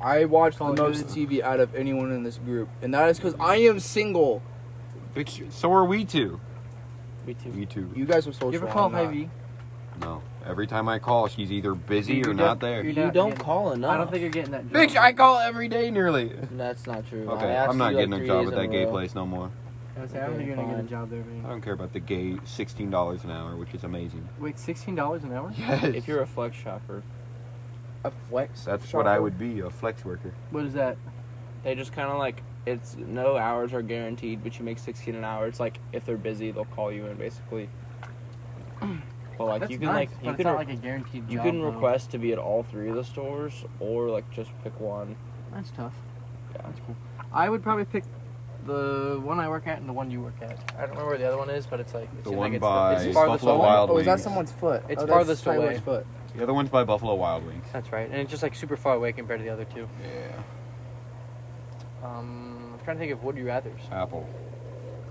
E: I watch the
A: Oh,
E: most TV out of anyone in this group, and that is because I am single.
B: Bitch, So are we two.
A: Me too.
B: We two.
E: You guys were social.
A: You ever
E: I'm
A: call
E: not.
A: Hy-Vee?
B: No. Every time I call, she's either busy
A: You're
B: or not
A: not-
B: there.
A: you're-
C: You
A: not
C: don't
A: getting-
C: call enough.
A: I don't think you're getting that.
B: Bitch, I call every day nearly.
C: That's not true.
B: Okay,
C: I asked
B: I'm not
C: you, like,
B: getting a
C: three
B: job at
C: days in
B: that
C: a
B: gay
C: row.
B: place no more.
A: I, was saying, I don't think you're gonna get a job there.
B: I
A: Man.
B: don't care about the gay $16 an hour, which is amazing.
A: Wait, sixteen dollars an hour?
B: Yes.
C: If you're a flex shopper,
D: A flex.
B: That's
D: shopper.
B: what I would be, a flex worker.
A: What is that?
C: they just kind of like it's no hours are guaranteed, but you make sixteen an hour. It's like if they're busy, they'll call you in basically. But like
A: That's
C: you can
A: nice,
C: like
A: but
C: you
A: it's
C: can
A: not
C: re-
A: like a guaranteed.
C: you
A: job,
C: can
A: though.
C: request to be at all three of the stores or like just pick one.
A: That's tough.
C: Yeah.
A: that's cool. I would probably pick the one I work at and the one you work at. I don't remember where the other one is, but it's like it
B: The
A: seems
B: one
A: like it's
B: by
A: it's farthest
B: Buffalo
A: away.
B: Wild
D: Oh,
B: Wings.
D: is that someone's foot?
C: It's
D: oh, that's
C: farthest
D: Tyler's
C: away.
D: Foot.
B: The other one's by Buffalo Wild Wings.
A: That's right, and it's just like super far away compared to the other two.
E: Yeah.
A: Um, I'm trying to think of would you rather's.
B: Apple.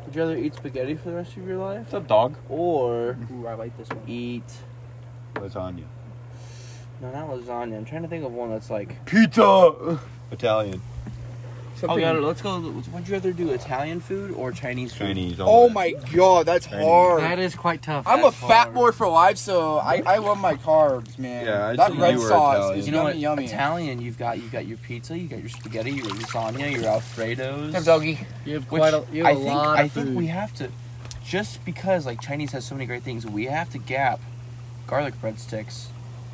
C: Would you rather eat spaghetti for the rest of your life
B: What's up, dog?
C: or
D: Ooh, I like this one.
C: eat?
B: Lasagna.
C: No, not lasagna. I'm trying to think of one that's like.
B: Pizza! Italian.
C: Oh
D: Something.
C: yeah, let's go. Would you rather do Italian food or Chinese food?
B: Chinese. all
E: Oh
B: that.
E: my god, that's
B: Chinese.
E: hard.
A: That is quite tough.
E: I'm a
C: That's
E: fat
C: hard.
E: boy for life, so I, I love my carbs, man.
B: Yeah, I'd
E: that
B: say
E: red
B: you were
E: sauce
B: Italian.
E: is
C: You know
E: yummy,
C: what?
E: yummy.
C: Italian, you've got you've got your pizza, you got your spaghetti, your lasagna, your alfredos.
A: you have
C: Which
A: quite a, you have
C: I
A: a
C: think
A: lot of
C: I think
A: food.
C: we have to, just because like Chinese has so many great things, we have to gap garlic breadsticks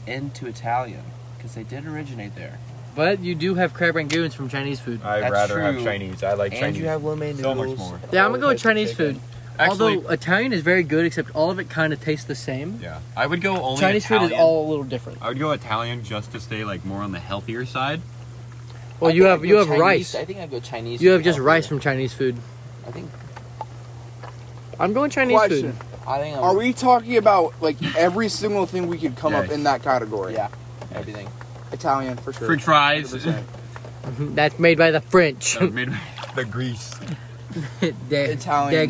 C: into Italian because they did originate there.
A: But you do have crab rangoons from Chinese food.
B: I'd
C: That's
B: rather have
C: true.
B: Chinese. I like
C: and
B: Chinese.
C: you have lo mein
B: so
C: noodles.
B: much more.
A: Yeah, I'm gonna go with
C: Always like the
A: Chinese
C: chicken.
A: food.
B: Actually,
A: Although Italian is very good, except all of it kind of tastes the same.
B: yeah, I would go only
A: Chinese
B: Italian.
A: food is all a little different.
B: I would go Italian just to stay like more on the healthier side.
A: Well,
C: I
A: you
C: think
A: have
C: I'd
A: you
C: go
A: have
C: Chinese-
A: rice.
C: I think I go Chinese.
A: You
C: to
A: have just
C: healthier.
A: rice from Chinese food.
C: I think
A: I'm going Chinese
E: Question.
A: food.
C: I think I'm,
E: Are we talking about like every single thing we could come up
B: Yes.
E: in that category?
C: Yeah, everything.
E: Italian for sure.
B: French fries.
E: 100%.
A: Mm-hmm. That's made by the French.
B: That made me- the grease.
A: They're-
E: Italian.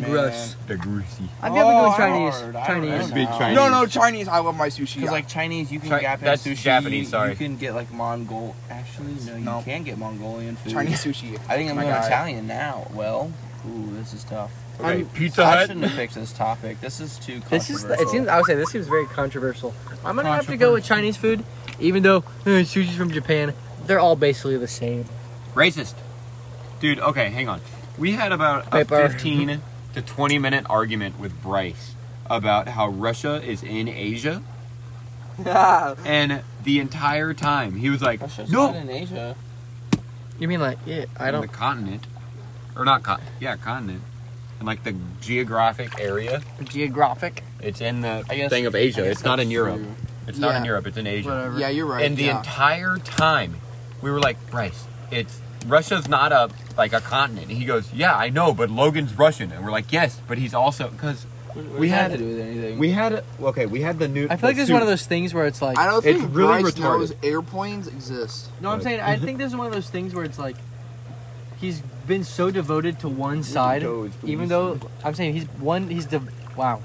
A: they're
E: man.
A: gross.
B: The greasy.
A: I'd be able to
E: Oh,
A: go Chinese.
C: Hard. I don't
A: Chinese.
B: Be
C: know.
B: Chinese.
E: No, no, Chinese. I love my sushi.
C: Because like Chinese, you can
B: Chi-
C: get
B: that's
C: sushi.
B: Japanese, sorry.
C: You can get like Mongol. Actually, no, you
E: No.
C: can get Mongolian food.
E: Chinese sushi.
C: I think I'm
E: My
C: going
E: guy.
C: Italian now. Well, ooh, this is tough.
B: Okay,
A: I'm-
B: Pizza
C: I
B: Hut.
C: shouldn't have picked this topic. This is too.
A: This is.
C: controversial.
A: It seems. I would say this seems very controversial. I'm gonna have to go with Chinese food, even though uh, sushi's from Japan. They're all basically the same.
B: Racist. Dude, okay, hang on. We had about a
A: Paper.
B: 15 to 20 minute argument with Bryce about how Russia is in Asia. and the entire time he was like,
C: Russia's not
B: no,
C: in Asia.
A: You mean like yeah? I
B: on
A: don't.
B: the continent. Or not continent. Yeah, continent. And like the geographic area.
A: Geographic.
B: It's in the
C: I guess-
B: thing of
C: I
B: Asia.
C: guess
B: It's not in
C: that's
B: Europe.
C: true.
B: It's not in
A: Yeah.
B: Europe. It's in Asia.
A: Whatever.
E: Yeah, you're right.
B: and the
E: yeah.
B: entire time we were like bryce it's russia's not a like a continent And he goes yeah i know but logan's russian and we're like yes but he's also because
C: What does that
B: had-
C: have to do with anything.
B: we had okay we had the new
A: I feel like this is one of those things where it's like.
E: I don't
B: It's
E: think
B: really
E: Bryce
B: retarded.
E: knows airplanes exist.
A: No, I'm saying I think this is one of those things where it's like he's been so devoted to one side, even though I'm saying he's one. He's de- wow.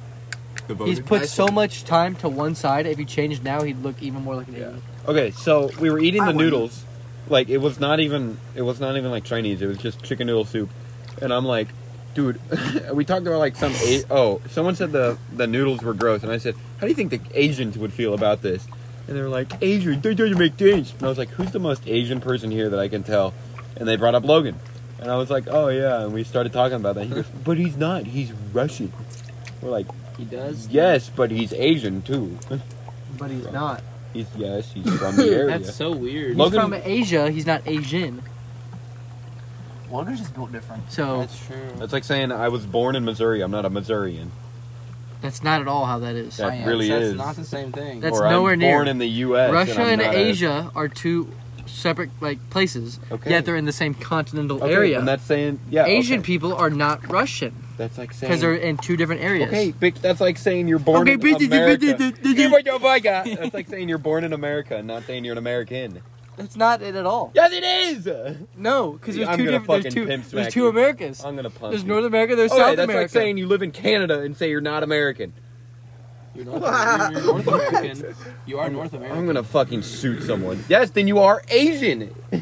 A: He's put so much time to one side. If he changed now, he'd look even more like an
B: Yeah.
A: idiot.
B: okay so we were eating
E: I
B: the
E: wouldn't.
B: noodles like it was not even it was not even like chinese it was just chicken noodle soup and i'm like dude we talked about like some a- oh someone said the the noodles were gross and i said how do you think the asians would feel about this and they were like asian they don't make things and i was like who's the most asian person here that i can tell and they brought up logan and i was like oh yeah and we started talking about that he goes but he's not he's russian we're like
C: he does.
B: yes but he's asian too
A: But he's not.
B: he's yes he's from the area
C: That's so weird.
A: He's
B: Logan-
A: from Asia. He's not Asian.
E: Logan's just built different.
A: So
C: That's true.
B: That's like saying I was born in Missouri. I'm not a Missourian.
A: that's not at all how that is.
B: That
C: Science.
B: really
C: That's
B: is.
C: not the same thing.
A: That's
B: or I'm
A: nowhere near.
B: Born in the U.S.
A: Russia
B: I'm
A: and
B: not a-
A: Asia are two separate like places.
B: Okay.
A: Yet they're in the same continental
B: Okay,
A: area.
B: And that's saying yeah.
A: Asian
B: okay.
A: people are not Russian
B: That's like saying.
A: because they're in two different areas.
B: okay, bitch. That's like saying you're born
A: Okay,
B: in
A: bitch, bitch,
B: America.
A: bitch, bitch, bitch,
B: You
A: bitch.
B: what your boy got? That's like saying you're born in America, and not saying you're an American.
A: That's not it at all.
B: Yes, it is.
A: No, because there's
B: I'm
A: two
B: gonna
A: different.
B: fucking
A: There's two.
B: pimp
A: There's
B: smack
A: two
B: you.
A: Americas.
B: I'm gonna punch.
A: There's
B: you.
A: North America. There's
B: Okay,
A: South
B: that's
A: America.
B: like saying you live in Canada and say you're not American.
C: You're North, you're North American. You are North American.
B: I'm gonna fucking shoot someone. Yes, then you are Asian.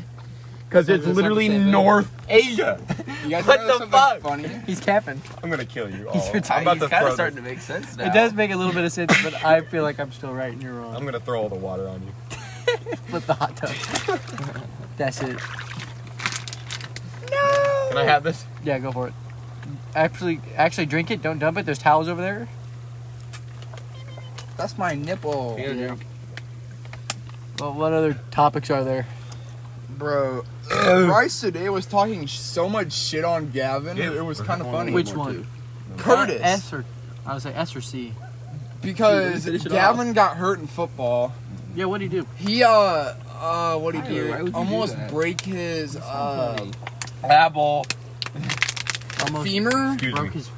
B: Because it's
A: It's not the
B: literally
A: same.
B: North Asia.
E: You guys
C: What
E: know
C: the
E: something
C: fuck?
E: funny?
A: He's capping.
B: I'm gonna kill you all.
A: He's
B: I'm about to
C: kind
B: throw.
C: of starting
B: this-
C: to make sense now.
A: It does make a little bit of sense, but I feel like I'm still right and you're wrong.
B: I'm gonna throw all the water on you.
A: Flip the hot tub. That's it.
B: Can I have this?
A: Yeah, go for it. Actually, actually drink it. Don't dump it. There's towels over there.
E: That's my nipple,
C: Here, dude.
A: Well, what other topics are there?
E: bro. Bryce today was talking sh- so much shit on Gavin.
B: Dude,
E: it was
B: we're
E: kind of
B: going
E: funny.
A: Which one? Uh,
E: Curtis.
A: S or I was like S or C.
E: because
C: Finish it
E: Gavin got hurt in football.
A: Yeah, what do you do?
E: He uh uh what
C: Tyler, why
E: he
C: would
E: do?
C: you do
E: Almost
C: that?
E: break his uh
C: Apple.
A: Almost
E: femur. Um,
B: Excuse me.
A: broke his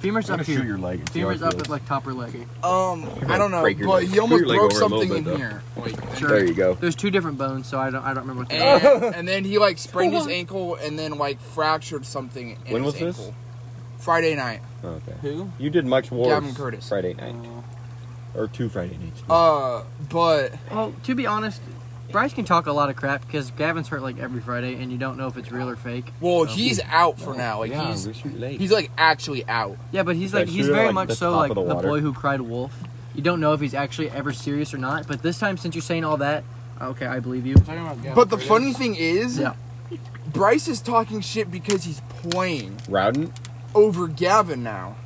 A: femur's
B: I'm
A: up
B: gonna
A: here.
B: shoot your leg. and see how it
A: femur's up
B: feels.
A: at like top or leg.
E: Um, I don't know,
B: break your
E: but
B: leg.
E: he almost
B: Put your leg
E: broke
B: over a little
E: something
B: bit,
E: in
B: though.
E: here. Like, and-
B: There you go.
A: There's two different bones, so I don't I don't remember what. they are.
E: And, and then he like sprained his ankle and then like fractured something. In
B: When
E: his
B: was this? Oh,
E: ankle. Friday night.
B: Okay.
C: Who?
B: You did much worse.
E: Gavin Curtis.
B: Friday night or two Friday nights.
E: Uh, but
A: Well, to be honest, Bryce can talk a lot of crap because Gavin's hurt like every Friday, and you don't know if it's real or fake.
E: well, he's out for now. Like
B: yeah,
E: he's
B: we shoot late.
E: he's like actually out.
A: Yeah, but he's
B: Like,
A: like he's
B: shoot it,
A: very
B: like,
A: much
B: the
A: so
B: top
A: like
B: of
A: the,
B: the water.
A: boy who cried wolf. You don't know if he's actually ever serious or not. But this time, since you're saying all that, okay, I believe you.
E: But the funny thing is,
A: Yeah.
E: Bryce is talking shit because he's playing
B: Rowden.
E: over Gavin now.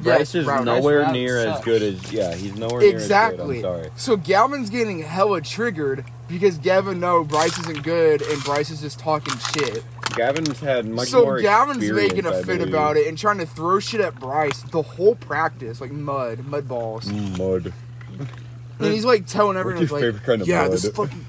B: Bryce is
E: Rowden.
B: nowhere
C: Rowden
B: near as
C: sucks.
B: good as yeah. He's nowhere near
E: Exactly.
B: as good. I'm sorry.
E: So Galvin's getting hella triggered because Gavin know Bryce isn't good and Bryce is just talking shit.
B: Gavin's had much
E: so
B: more.
E: Gavin's
B: experience,
E: making
B: I
E: a fit
B: believe.
E: about it and trying to throw shit at Bryce the whole practice, like mud, mud balls.
B: Mud.
E: And he's like telling everyone,
B: his
E: like,
B: favorite kind of
E: yeah,
B: mud?"
E: this fucking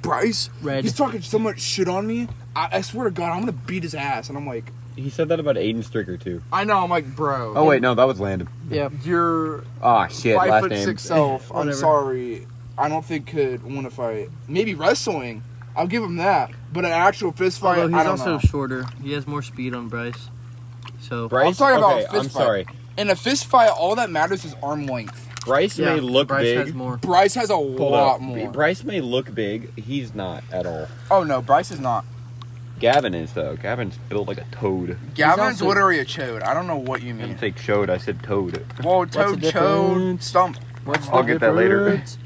E: Bryce,
A: Red.
E: he's talking so much shit on me. I, I swear to God, I'm gonna beat his ass. And I'm like,
B: He said that about Aiden Stricker too.
E: I know. I'm like, bro.
B: Oh wait, no, that was Landon.
A: Yeah,
E: Your
B: Ah shit,
E: five
B: last
E: foot
B: name.
E: six uh, self. I'm
A: Whatever.
E: sorry. I don't think could win a fight. Maybe wrestling. I'll give him that. But an actual fist fight,
A: although
E: I
A: he's
E: don't
A: also
E: know.
A: shorter. He has more speed on Bryce. So
B: Bryce.
E: I'm talking about
B: okay,
E: fist
B: I'm
E: fight.
B: sorry.
E: In a fist fight, all that matters is arm length.
B: Bryce
A: yeah,
B: may look
A: Bryce
B: big.
A: has more.
E: Bryce has a
B: Hold
E: lot
B: up.
E: more.
B: Bryce may look big. He's not at all.
E: oh no, Bryce is not.
B: Gavin is though. Gavin's built like a toad.
E: Gavin's
A: also-
E: literally a chode. I don't know what you
B: I didn't
E: mean.
B: say chode. I said toad.
E: Well,
A: the
E: toad, chode,
A: difference?
E: stump.
A: What's
B: I'll get that later.
A: difference?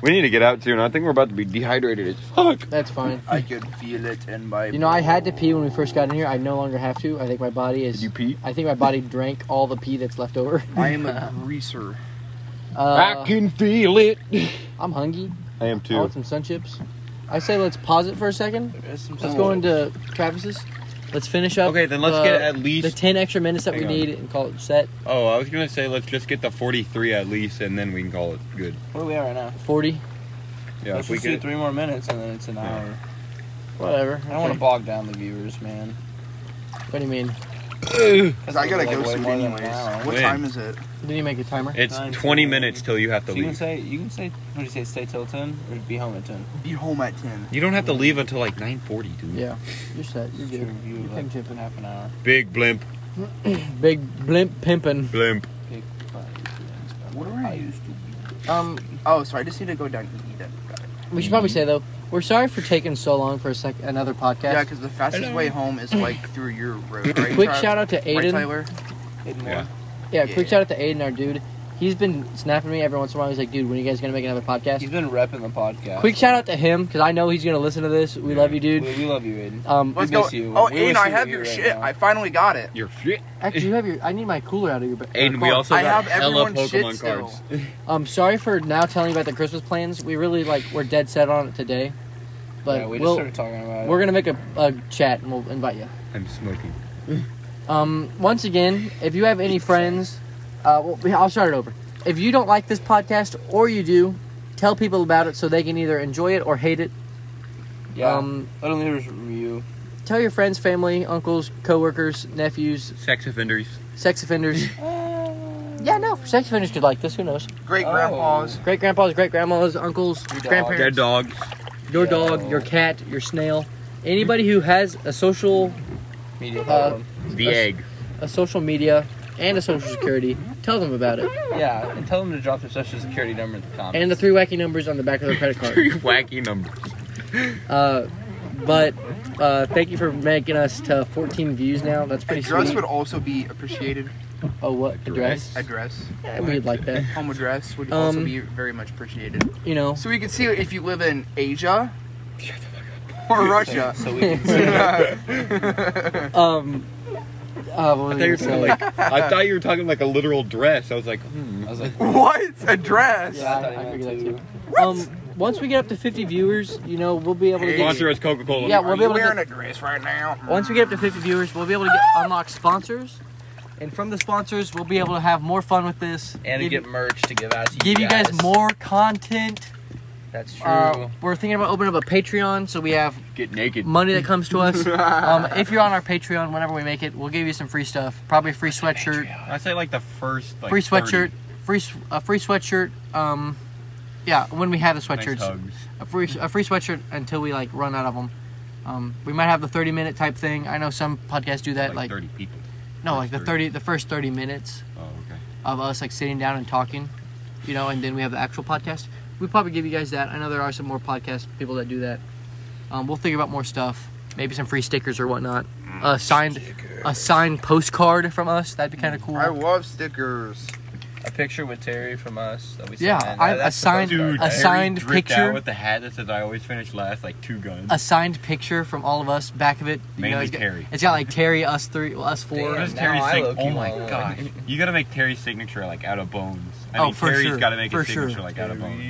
B: We need to get out soon. I think we're about to be dehydrated as fuck.
A: That's fine.
E: I could feel it in my.
A: You know, I had to pee when we first got in here. I no longer have to. I think my body is.
B: You pee?
A: I think my body drank all the pee that's left over.
E: I am a greaser.
A: Uh,
B: can feel it.
A: I'm hungry.
B: I am
A: I
B: too.
A: want some sun chips. I say let's pause it for a second. Let's go into Travis's. Let's finish up.
B: Oh. Okay, then let's
A: the-
B: get at
A: the
B: least.
A: ten extra minutes that we
B: Hang on.
A: need and call it set.
B: oh, I was gonna say let's just get the 43 at least, and then we can call it good.
C: Where we at right now?
A: Forty,
B: Yeah,
C: Let's
B: if we
C: just do
B: get.
C: three more minutes and then it's an hour.
A: whatever.
C: I don't want to bog down the viewers, man.
A: What do you mean?
E: Cause I gotta go soon anyways. What
B: When?
E: time is it?
A: Did you make a timer?
B: It's
C: Nine,
B: 20
C: ten.
B: minutes till you have to
C: So you can
B: leave.
C: say you can say what do you say? Stay till ten or be home at ten.
E: Be home at ten.
B: You don't have to leave until like 9:40, dude.
A: yeah, you're set. You're
C: Give
A: good.
C: a view
A: You
C: of
A: can
C: like
A: chip in.
C: half an hour.
B: Big blimp,
A: Big blimp pimping.
B: blimp.
C: Big five.
E: What do I use?
A: Um,
E: Oh, so I just need to go down and eat it. Got it.
A: we should probably say though, we're sorry for taking so long for a sec another
E: Yeah,
A: podcast.
E: because the fastest way home is like through your road. Right,
A: quick
E: Ty-
A: shout out to
E: right,
A: Aiden.
E: Tyler?
C: Hidden
B: Yeah.
C: more.
A: yeah,
E: Yeah.
A: quick shout out to Aiden, our dude. He's been snapping me every once in a while. He's like, dude, when are you guys gonna make another podcast?
C: He's been repping the podcast.
A: Quick shout out to him because I know he's gonna listen to this. We love you,
C: We,
A: dude.
C: we love you, Aiden.
A: Um,
E: Let's
C: We
E: go.
C: miss you.
E: Oh,
C: We
E: Aiden,
C: wish
E: I
C: you
E: have
C: were
E: your
C: here
E: shit.
C: right now.
E: I finally got it.
B: Your shit.
A: actually, you have your. I need my cooler out of your. ba-
B: Aiden, we
A: car.
B: also
E: I
B: got
E: have
B: hella
E: everyone's shit
B: Pokemon
E: still.
B: cards.
A: Um, sorry for now telling you about the Christmas plans. We really like we're dead set on it today, but
C: yeah, we
A: we
C: just
A: will
C: started talking about it.
A: we're gonna make a, a chat and we'll invite you.
B: I'm smoking.
A: Um, once again, if you have any friends, uh, well, yeah, I'll start it over. If you don't like this podcast or you do, tell people about it so they can either enjoy it or hate it.
C: yeah.
A: Um,
C: let him leave a review.
A: tell your friends, family, uncles, coworkers, nephews,
B: Sex offenders.
A: sex offenders. yeah, no, sex offenders could like this. Who knows?
E: Great
C: Oh.
E: grandpa's.
A: Great grandpas, great grandmas, uncles,
C: Your dog.
A: grandparents.
B: Dead dogs.
A: your
C: Yeah.
A: dog, your cat, your snail, anybody who has a social
C: Media.
A: Uh,
B: The egg.
A: a social media and a social security, tell them about it.
C: yeah, and tell them to drop their social security number in the comments.
A: And the three wacky numbers on the back of their credit card.
B: Three wacky numbers.
A: Uh, but uh, thank you for making us to 14 views now. That's pretty
E: Address
A: sweet.
E: would also be appreciated.
A: oh, what address?
E: Address.
A: Yeah, We'd like that.
E: Home address would also
A: Um,
E: be very much appreciated.
A: You know,
E: So we can see if you live in Asia or Russia.
C: So we can
A: um, uh, what was I gonna
B: thought you were talking
A: say?
B: like I thought you were talking like a literal dress. I was like, hmm.
C: I was like,
E: what? Address?
A: Yeah,
C: I thought
A: I, I
C: he
A: figured
C: meant
A: that too. Um, once we get up to 50 viewers, you know, we'll be able to get.
B: sponsor is Coca Cola.
A: Yeah, we'll be
E: Are you
A: able to
E: wearing
A: get.
E: a dress right now?
A: Once we get up to 50 viewers, we'll be able to get, unlock sponsors, and from the sponsors, we'll be able to have more fun with this.
C: and to
A: give,
C: get merch to give out to you
A: give you guys more content.
C: That's true.
A: Uh, we're thinking about opening up a Patreon, so we have
B: Get naked.
A: money that comes to us. um, if you're on our Patreon, whenever we make it, we'll give you some free stuff. Probably a free sweatshirt,
B: I say like the first like
A: free sweatshirt, free s- a free sweatshirt. Um, yeah, when we have the
B: 30 nice
A: sweatshirts,
B: hugs.
A: a free a free sweatshirt until we like run out of them. Um, we might have the 30 minute type thing. I know some podcasts do that. Like,
B: like, thirty people.
A: no,
B: first
A: like the
B: 30.
A: 30 the first 30 minutes
B: Oh okay.
A: of us like sitting down and talking, you know, and then we have the actual podcast. We probably give you guys that. I know there are some more podcast people that do that. Um, we'll figure out more stuff, maybe some free stickers or whatnot. A signed, a signed postcard from us. That'd be kind of cool.
E: I love stickers.
C: a picture with Terry from us that we sent
A: Yeah,
C: in.
A: I-
C: That's
A: a
C: the
A: signed-
C: postcard.
A: a signed
B: Harry dripped
A: picture.
B: out with the hat that says "I always finish last," like two guns.
A: a signed picture from all of us. Back of it, you
B: Mainly
A: it's got-
B: Terry.
A: It's got like Terry, us three, well, us four.
C: Damn.
B: What is
C: now
B: Terry's
C: I
B: sig-
C: low-key
B: Oh my
C: wanna-
B: gosh! You gotta make Terry's signature like out of bones. I
A: Oh,
B: mean,
A: for
B: Terry's
A: sure,
B: gotta make
A: for
B: his signature
A: sure.
B: like out of bones.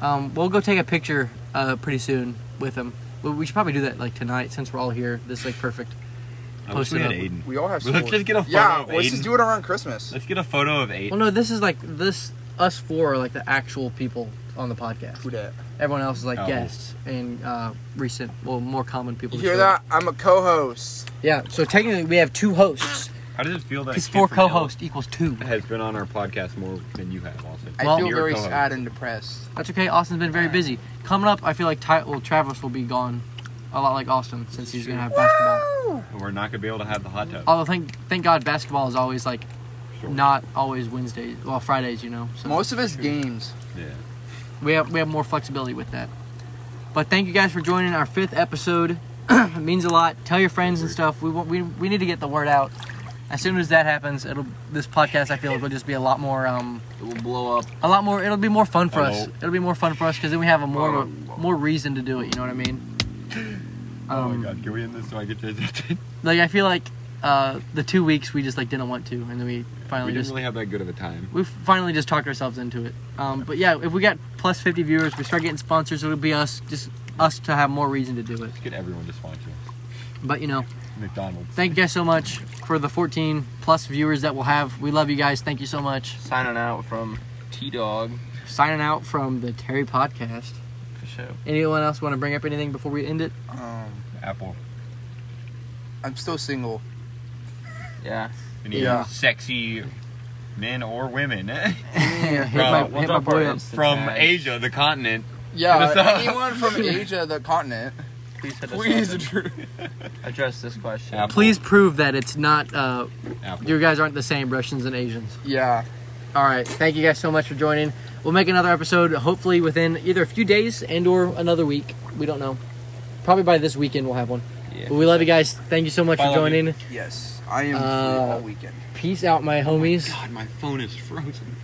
A: Um, we'll go take a picture uh, pretty soon with him. We, we should probably do that like tonight since we're all here. This is like perfect.
B: I wish
A: Post
B: we
A: it
B: had
A: up.
B: Aiden.
E: We all have.
B: Let's
E: swords.
B: just get a photo
E: Yeah,
B: of
E: let's
B: Aiden.
E: just do it around Christmas.
B: Let's get a photo of Aiden.
A: Well, no, this is like this. Us four are like the actual people on the podcast.
E: Who dat?
A: Everyone else is like
B: Oh.
A: guests and uh, recent, well, more common people.
E: You
A: to
E: hear
A: show up.
E: that? I'm a co-host.
A: Yeah. So technically, we have two hosts.
B: How does it feel that
A: Because
B: a kid
A: four
B: from Yale
A: co-hosts equals two.
B: has been on our podcast more than you have, Austin?
E: I
A: Well,
E: feel
B: You're
E: very
B: co-host.
E: sad and depressed.
A: That's okay. Austin's been very busy. Coming up, I feel like Ty- well, Travis will be gone, a lot like Austin, since he's gonna have basketball.
B: We're not gonna be able to have the hot tub.
A: Although thank thank God basketball is always like,
B: Sure.
A: not always Wednesdays, well Fridays, you know. So
E: Most of his games.
B: Yeah.
A: we have we have more flexibility with that. But thank you guys for joining our fifth episode. it means a lot. Tell your friends and stuff. We want we we need to get the word out. As soon as that happens, it'll this podcast I feel will just be a lot more um
C: It will blow up.
A: a lot more. It'll be more fun for us.
B: Hello.
A: It'll be more fun for us because then we have a more more reason to do it. You know what I mean?
B: oh
A: Um,
B: my god, can we end this so I get to
A: like I feel like uh, the two weeks we just like didn't want to, and then we
B: We
A: finally
B: didn't
A: just
B: really have that good of a time.
A: we finally just talked ourselves into it. Um, but yeah, if we got plus fifty viewers, we start getting sponsors. It'll be us just us to have more reason to do it.
B: Let's get everyone to sponsor us.
A: But you know,
B: McDonald's.
A: thank you guys so much for the fourteen plus viewers that we'll have. We love you guys. Thank you so much.
C: Signing out from T Dog
A: Signing out from the Terry Podcast.
C: for sure.
A: Anyone else want to bring up anything before we end it?
E: Um,
B: Apple.
E: I'm still single.
C: Yeah.
B: Any
E: Yeah.
B: sexy men or women
A: hit
B: Bro,
A: my,
C: what's
A: hit my
C: up,
A: boy
C: bro?
A: up.
B: from
C: Nice.
B: Asia, the continent.
E: Yeah,
B: Hit us up.
E: anyone from Asia, the continent,
C: Please, hit us up
E: please
C: and address this question.
B: Apple.
A: Please prove that it's not uh,
B: Apple.
A: you guys aren't the same Russians and Asians.
E: Yeah.
A: All right. Thank you guys so much for joining. We'll make another episode hopefully within either a few days and or another week. We don't know. Probably by this weekend we'll have one.
C: Yeah.
A: But we love you guys. Thank you so much
B: Bye,
A: for
B: love you.
A: joining.
E: Yes, I am
A: Uh,
E: free all weekend.
A: Peace out, my homies.
B: God, my phone is frozen.